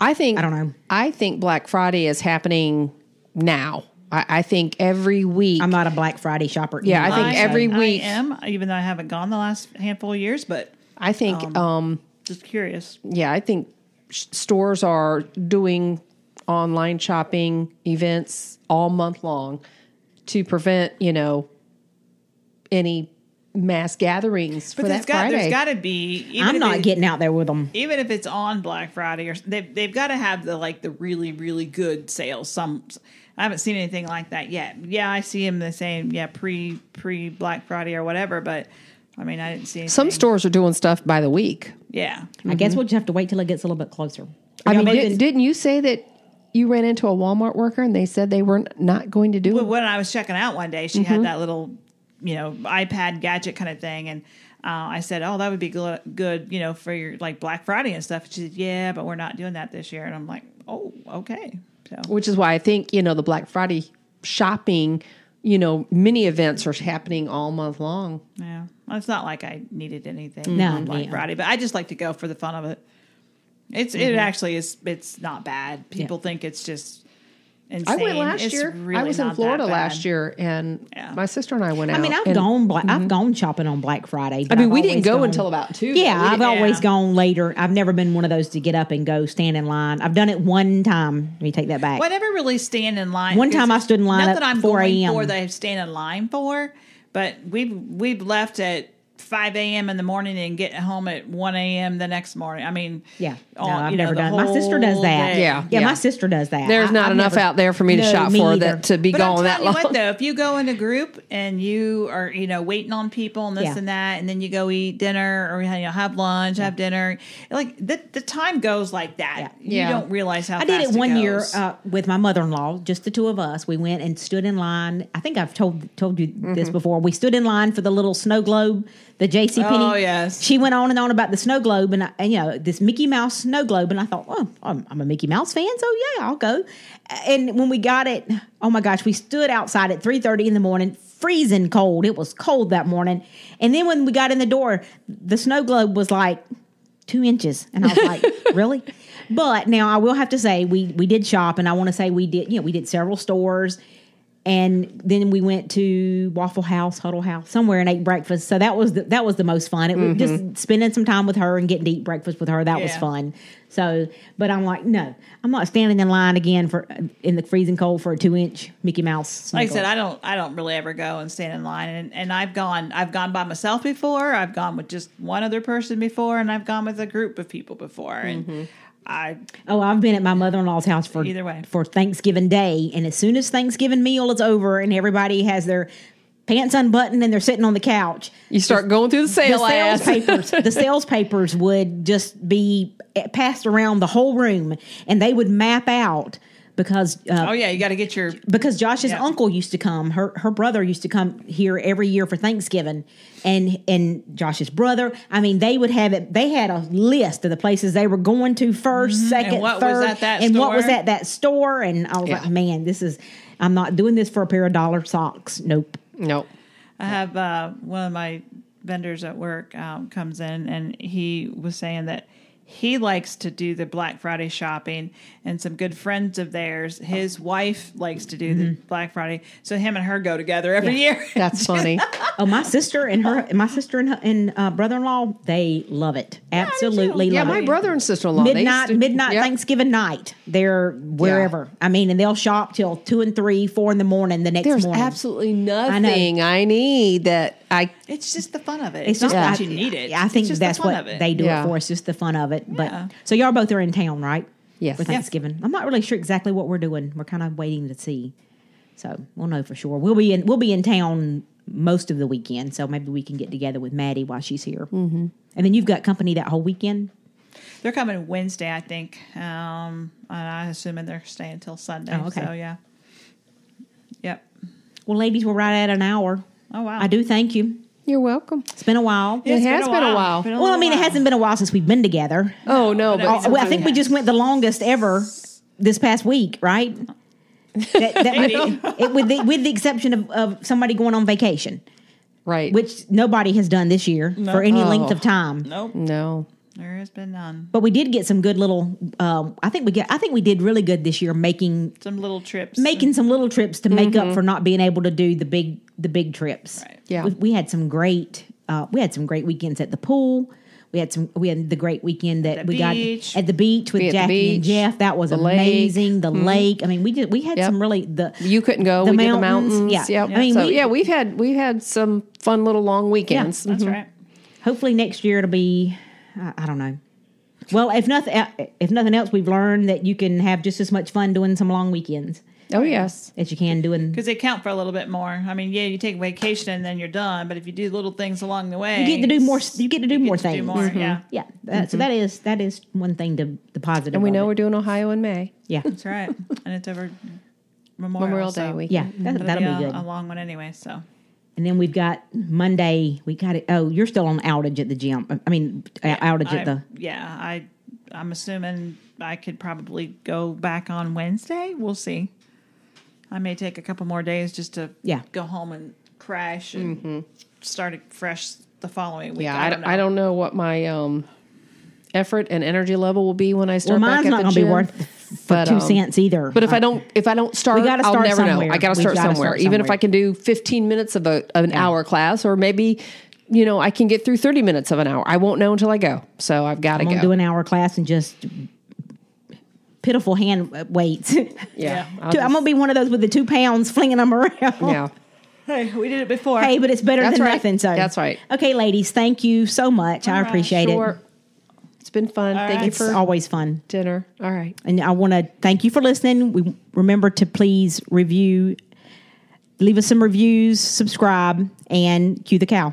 S4: I think
S3: I don't know.
S4: I think Black Friday is happening now. I, I think every week.
S3: I'm not a Black Friday shopper.
S4: Yeah, I
S3: anyway,
S4: think
S3: so-
S4: every
S2: I
S4: week-
S2: am, even though I haven't gone the last handful of years, but
S4: I think. Um,
S2: just curious.
S4: yeah, I think sh- stores are doing online shopping events all month long to prevent you know any mass gatherings for
S2: But there's
S4: that
S2: got,
S4: Friday.
S2: there's got to be. even
S3: I'm
S2: if
S3: not
S2: it-
S3: getting out there with them.
S2: even if it's on Black Friday or they've they've got to have the like the really really good sales. Some I haven't seen anything like that yet. Yeah, I see them the same. Yeah, pre pre Black Friday or whatever. But I mean, I didn't see anything.
S4: Some stores are doing stuff by the week.
S2: Yeah,
S3: I guess we'll just have to wait till it gets a little bit closer.
S4: Mm-hmm. I
S3: Y'all
S4: mean,
S3: both
S4: did,
S3: in-
S4: didn't you say that you ran into a Walmart worker and they said they were not going to do
S2: But
S4: it?
S2: when I was checking out one day, she
S4: Mm-hmm.
S2: had that little, you know, iPad gadget kind of thing, and uh, I said, "Oh, that would be gl- good, you know, for your like Black Friday and stuff." And she said, "Yeah, but we're not doing that this year." And I'm like, "Oh, okay." So
S4: Which is why I think you know the Black Friday shopping. You know, mini events are happening all month long.
S2: yeah, Well, it's not like I needed anything
S3: No,
S2: on Black
S3: yeah.
S2: Friday, but I just like to go for the fun of it. It's
S4: Mm-hmm.
S2: it actually is. It's not bad. People think it's just. Insane.
S4: I went last
S2: It's
S4: year. I
S2: really
S4: was
S2: not
S4: in
S2: that
S4: Florida
S2: bad.
S4: last year, and
S2: Yeah.
S4: my sister and I went out.
S3: I mean, I've
S4: and- mm-hmm.
S3: gone. Black, I've gone shopping on Black Friday.
S4: I
S3: but
S4: mean,
S3: I've
S4: we didn't
S3: always
S4: go
S3: gone-
S4: until about two. but
S3: Yeah,
S4: we
S3: I've
S4: didn't-
S3: always
S2: Yeah.
S3: gone later. I've never been one of those to get up and go stand in line. I've done it one time. Let me take that back.
S2: Whatever really stand in line.
S3: One time I stood in line
S2: Not
S3: at
S2: that I'm
S3: 4
S2: going
S3: a.m..
S2: for that I stand in line for, but we've we've left at 5 a.m. in the morning and get home at 1 a.m. the next morning. I mean,
S3: Yeah. No,
S2: all-
S3: I've
S2: you know,
S3: never
S2: the
S3: done. My sister does
S2: whole
S3: that.
S2: day.
S4: Yeah.
S3: Yeah, my sister does that.
S4: There's
S3: I-
S4: not
S3: I've
S4: enough
S3: never-
S4: out there for me to
S3: No,
S4: shop
S3: me
S4: for
S3: either.
S4: that to be
S2: But
S4: gone
S2: I'm
S4: that
S2: telling
S4: long.
S2: you what, though, if you go in a group and you are, you know, waiting on people and this
S3: Yeah.
S2: and that, and then you go eat dinner or you know have lunch, have dinner, like the the time goes like that.
S3: Yeah.
S2: You
S4: Yeah.
S2: don't realize how
S3: I did it
S2: fast
S3: one year
S2: goes.
S3: uh, with my mother in law, just the two of us. We went and stood in line. I think I've told told you this before. We stood in line for the little snow globe, the J.C. Penney.
S2: Mm-hmm. Oh, yes.
S3: She went on and on about the snow globe and, I, and you know this Mickey Mouse snow globe, and I thought, oh, I'm, I'm a Mickey Mouse fan, so yeah, I'll go. And when we got it, oh my gosh, we stood outside at 3:30 in the morning, freezing cold. It was cold that morning, and then when we got in the door, the snow globe was like two inches. And I was like, really? But now I will have to say we we did shop and I want to say we did, you know, we did several stores and then we went to Waffle House, Huddle House, somewhere and ate breakfast. So that was the, that was the most fun. It was just spending some time with her and getting to eat breakfast with her. That was
S2: Mm-hmm. Yeah.
S3: fun. So, but I'm like, no, I'm not standing in line again for in the freezing cold for a two inch Mickey Mouse.
S2: like I
S3: snuggler.
S2: said, I don't, I don't really ever go and stand in line, and, and I've gone, I've gone by myself before, I've gone with just one other person before, and I've gone with a group of people before, and
S3: Mm-hmm.
S2: I,
S3: Oh, I've been at my mother in law's house for
S2: Either way.
S3: for Thanksgiving Day, and as soon as Thanksgiving meal is over and everybody has their pants unbuttoned and they're sitting on the couch,
S4: you start going through the
S3: the
S4: sale
S3: sales
S4: ads.
S3: papers the sales papers would just be passed around the whole room, and they would map out because uh,
S2: oh yeah, you got to get your
S3: because Josh's
S2: Yeah.
S3: uncle used to come, her her brother used to come here every year for Thanksgiving, and and Josh's brother. I mean, they would have it. They had a list of the places they were going to 1st second,
S2: Mm-hmm. what was
S3: third,
S2: at that
S3: and what was
S2: store?
S3: at that store. And I was
S4: Yeah.
S3: like, man, this is. I'm not doing this for a pair of dollar socks. Nope.
S4: Nope.
S2: I have uh, one of my vendors at work um, comes in, and he was saying that he likes to do the Black Friday shopping, and some good friends of theirs. His wife likes to do
S3: Mm-hmm.
S2: the Black Friday, so him and her go together every year.
S4: That's funny.
S3: Oh, my sister and her, my sister and her, and uh, brother-in-law, they love it. Absolutely
S4: yeah,
S3: love
S4: my
S3: it.
S4: brother and sister in law.
S3: midnight midnight Thanksgiving night. They're wherever. I mean, and they'll shop till two and three, four in the morning the next
S4: There's
S3: morning.
S4: absolutely
S3: know.
S4: nothing I, need that I
S2: It's just the fun of it.
S3: It's
S2: It's,
S3: just
S2: not
S3: I-
S2: that you need it.
S3: I think
S2: it's just
S3: that's
S2: the fun
S3: what
S2: of it.
S3: they do
S4: Yeah.
S3: it for. It's just the fun of it. But
S2: Yeah.
S3: so y'all both are in town, right?
S4: Yes.
S3: For
S4: Yes.
S3: Thanksgiving. I'm not really sure exactly what we're doing. We're kind of waiting to see. So we'll know for sure. We'll be in we'll be in town most of the weekend. So maybe we can get together with Maddie while she's here. Mm-hmm. And then you've got company that whole weekend.
S2: They're coming Wednesday, I think, um, and I assume they're staying till Sunday.
S3: Oh, okay.
S2: So yeah, yep.
S3: Well, ladies, we're right at an hour.
S2: Oh, wow.
S3: I do thank you.
S4: You're welcome.
S3: It's been a while.
S4: It has been a while.
S2: Been a
S3: Well, I
S2: little
S3: mean, it
S2: while.
S3: hasn't been a while since we've been together.
S4: Oh no,
S2: but I
S4: but
S2: mean,
S3: Oh, well, I think we just went the longest ever this past week, right? That, that would, it, with, the, with the exception of, of somebody going on vacation,
S4: right.
S3: which nobody has done this year for any
S4: Oh.
S3: length of time.
S2: Nope,
S4: no.
S2: there has been none.
S3: But we did get some good little. Um, I think we get. I think we did really good this year, making
S2: Some little trips.
S3: making some little trips to make up for not being able to do the big the big trips.
S2: Mm-hmm. Right.
S4: Yeah.
S3: we, we had some great uh, we had some great weekends at the pool. We had some we had the great weekend that
S2: the
S3: we
S2: beach.
S3: got at the beach with
S4: Be at the
S3: Jackie and
S4: beach,
S3: Jeff. That was
S4: the lake. Mm-hmm.
S3: amazing. The lake. I mean, we did we had
S4: Yep.
S3: some really the
S4: You couldn't go.
S3: The
S4: we
S3: mountains,
S4: did the mountains.
S3: yeah.
S4: Yep.
S3: I mean,
S4: so,
S3: we-
S4: yeah, we've had we've had some fun little long weekends.
S2: That's
S3: Mm-hmm.
S2: right.
S3: hopefully next year it'll be I, I don't know. Well, if nothing uh, if nothing else, we've learned that you can have just as much fun doing some long weekends
S4: Oh yes.
S3: as you can doing.
S2: because they count for a little bit more. I mean, yeah, you take vacation and then you're done, but if you do little things along the way,
S3: You get to do more. You get to do more
S2: to do
S3: things. Mm-hmm.
S2: more, Mhm. yeah.
S3: yeah. That, So that is that is one thing to the positive.
S4: And we
S3: of
S4: know
S3: it.
S4: we're doing Ohio in May.
S3: yeah,
S2: That's right, and it's over Memorial,
S4: Memorial Day
S2: so
S4: week.
S3: yeah. That,
S2: it'll
S3: that'll
S2: a,
S3: be good.
S2: a long one anyway. So
S3: And then we've got Monday. We got it. Oh, you're still on outage at the gym. I mean, uh outage
S2: I,
S3: at the.
S2: yeah, I I'm assuming I could probably go back on Wednesday. We'll see. I may take a couple more days just to
S3: Yeah.
S2: go home and crash and start it fresh the following week.
S4: Yeah,
S2: I,
S4: I,
S2: don't
S4: don't, I
S2: know.
S4: don't know what my um, effort and energy level will be when I
S3: Well,
S4: start.
S3: mine's
S4: back at
S3: not
S4: the
S3: going to be
S4: gym.
S3: worth
S4: But,
S3: two
S4: um,
S3: cents either.
S4: But if I don't, if I don't start,
S3: gotta
S4: I'll
S3: start
S4: never
S3: somewhere.
S4: know. I got to
S3: We've
S4: start
S3: gotta
S4: somewhere.
S3: start
S4: Even if
S3: somewhere.
S4: I can do 15 minutes of a, an hour class, or maybe, you know, I can get through 30 minutes of an hour. I won't know until I go. So I've got to
S3: I'm
S4: go.
S3: gonna do an hour class and just pitiful hand weights.
S4: yeah.
S3: Two- I'm gonna be one of those with the two pounds flinging them around.
S4: I'll- yeah.
S2: Hey, we did it before.
S3: Hey, but it's better
S4: That's
S3: than
S4: right.
S3: nothing. So
S4: That's right.
S3: Okay, ladies, thank you so much. I
S2: right.
S3: appreciate it.
S4: Sure. It's been fun. Thank you
S3: It's
S4: for
S3: always fun.
S4: dinner. All right.
S3: And I want to thank you for listening. We remember to please review, leave us some reviews, subscribe, and cue the cow.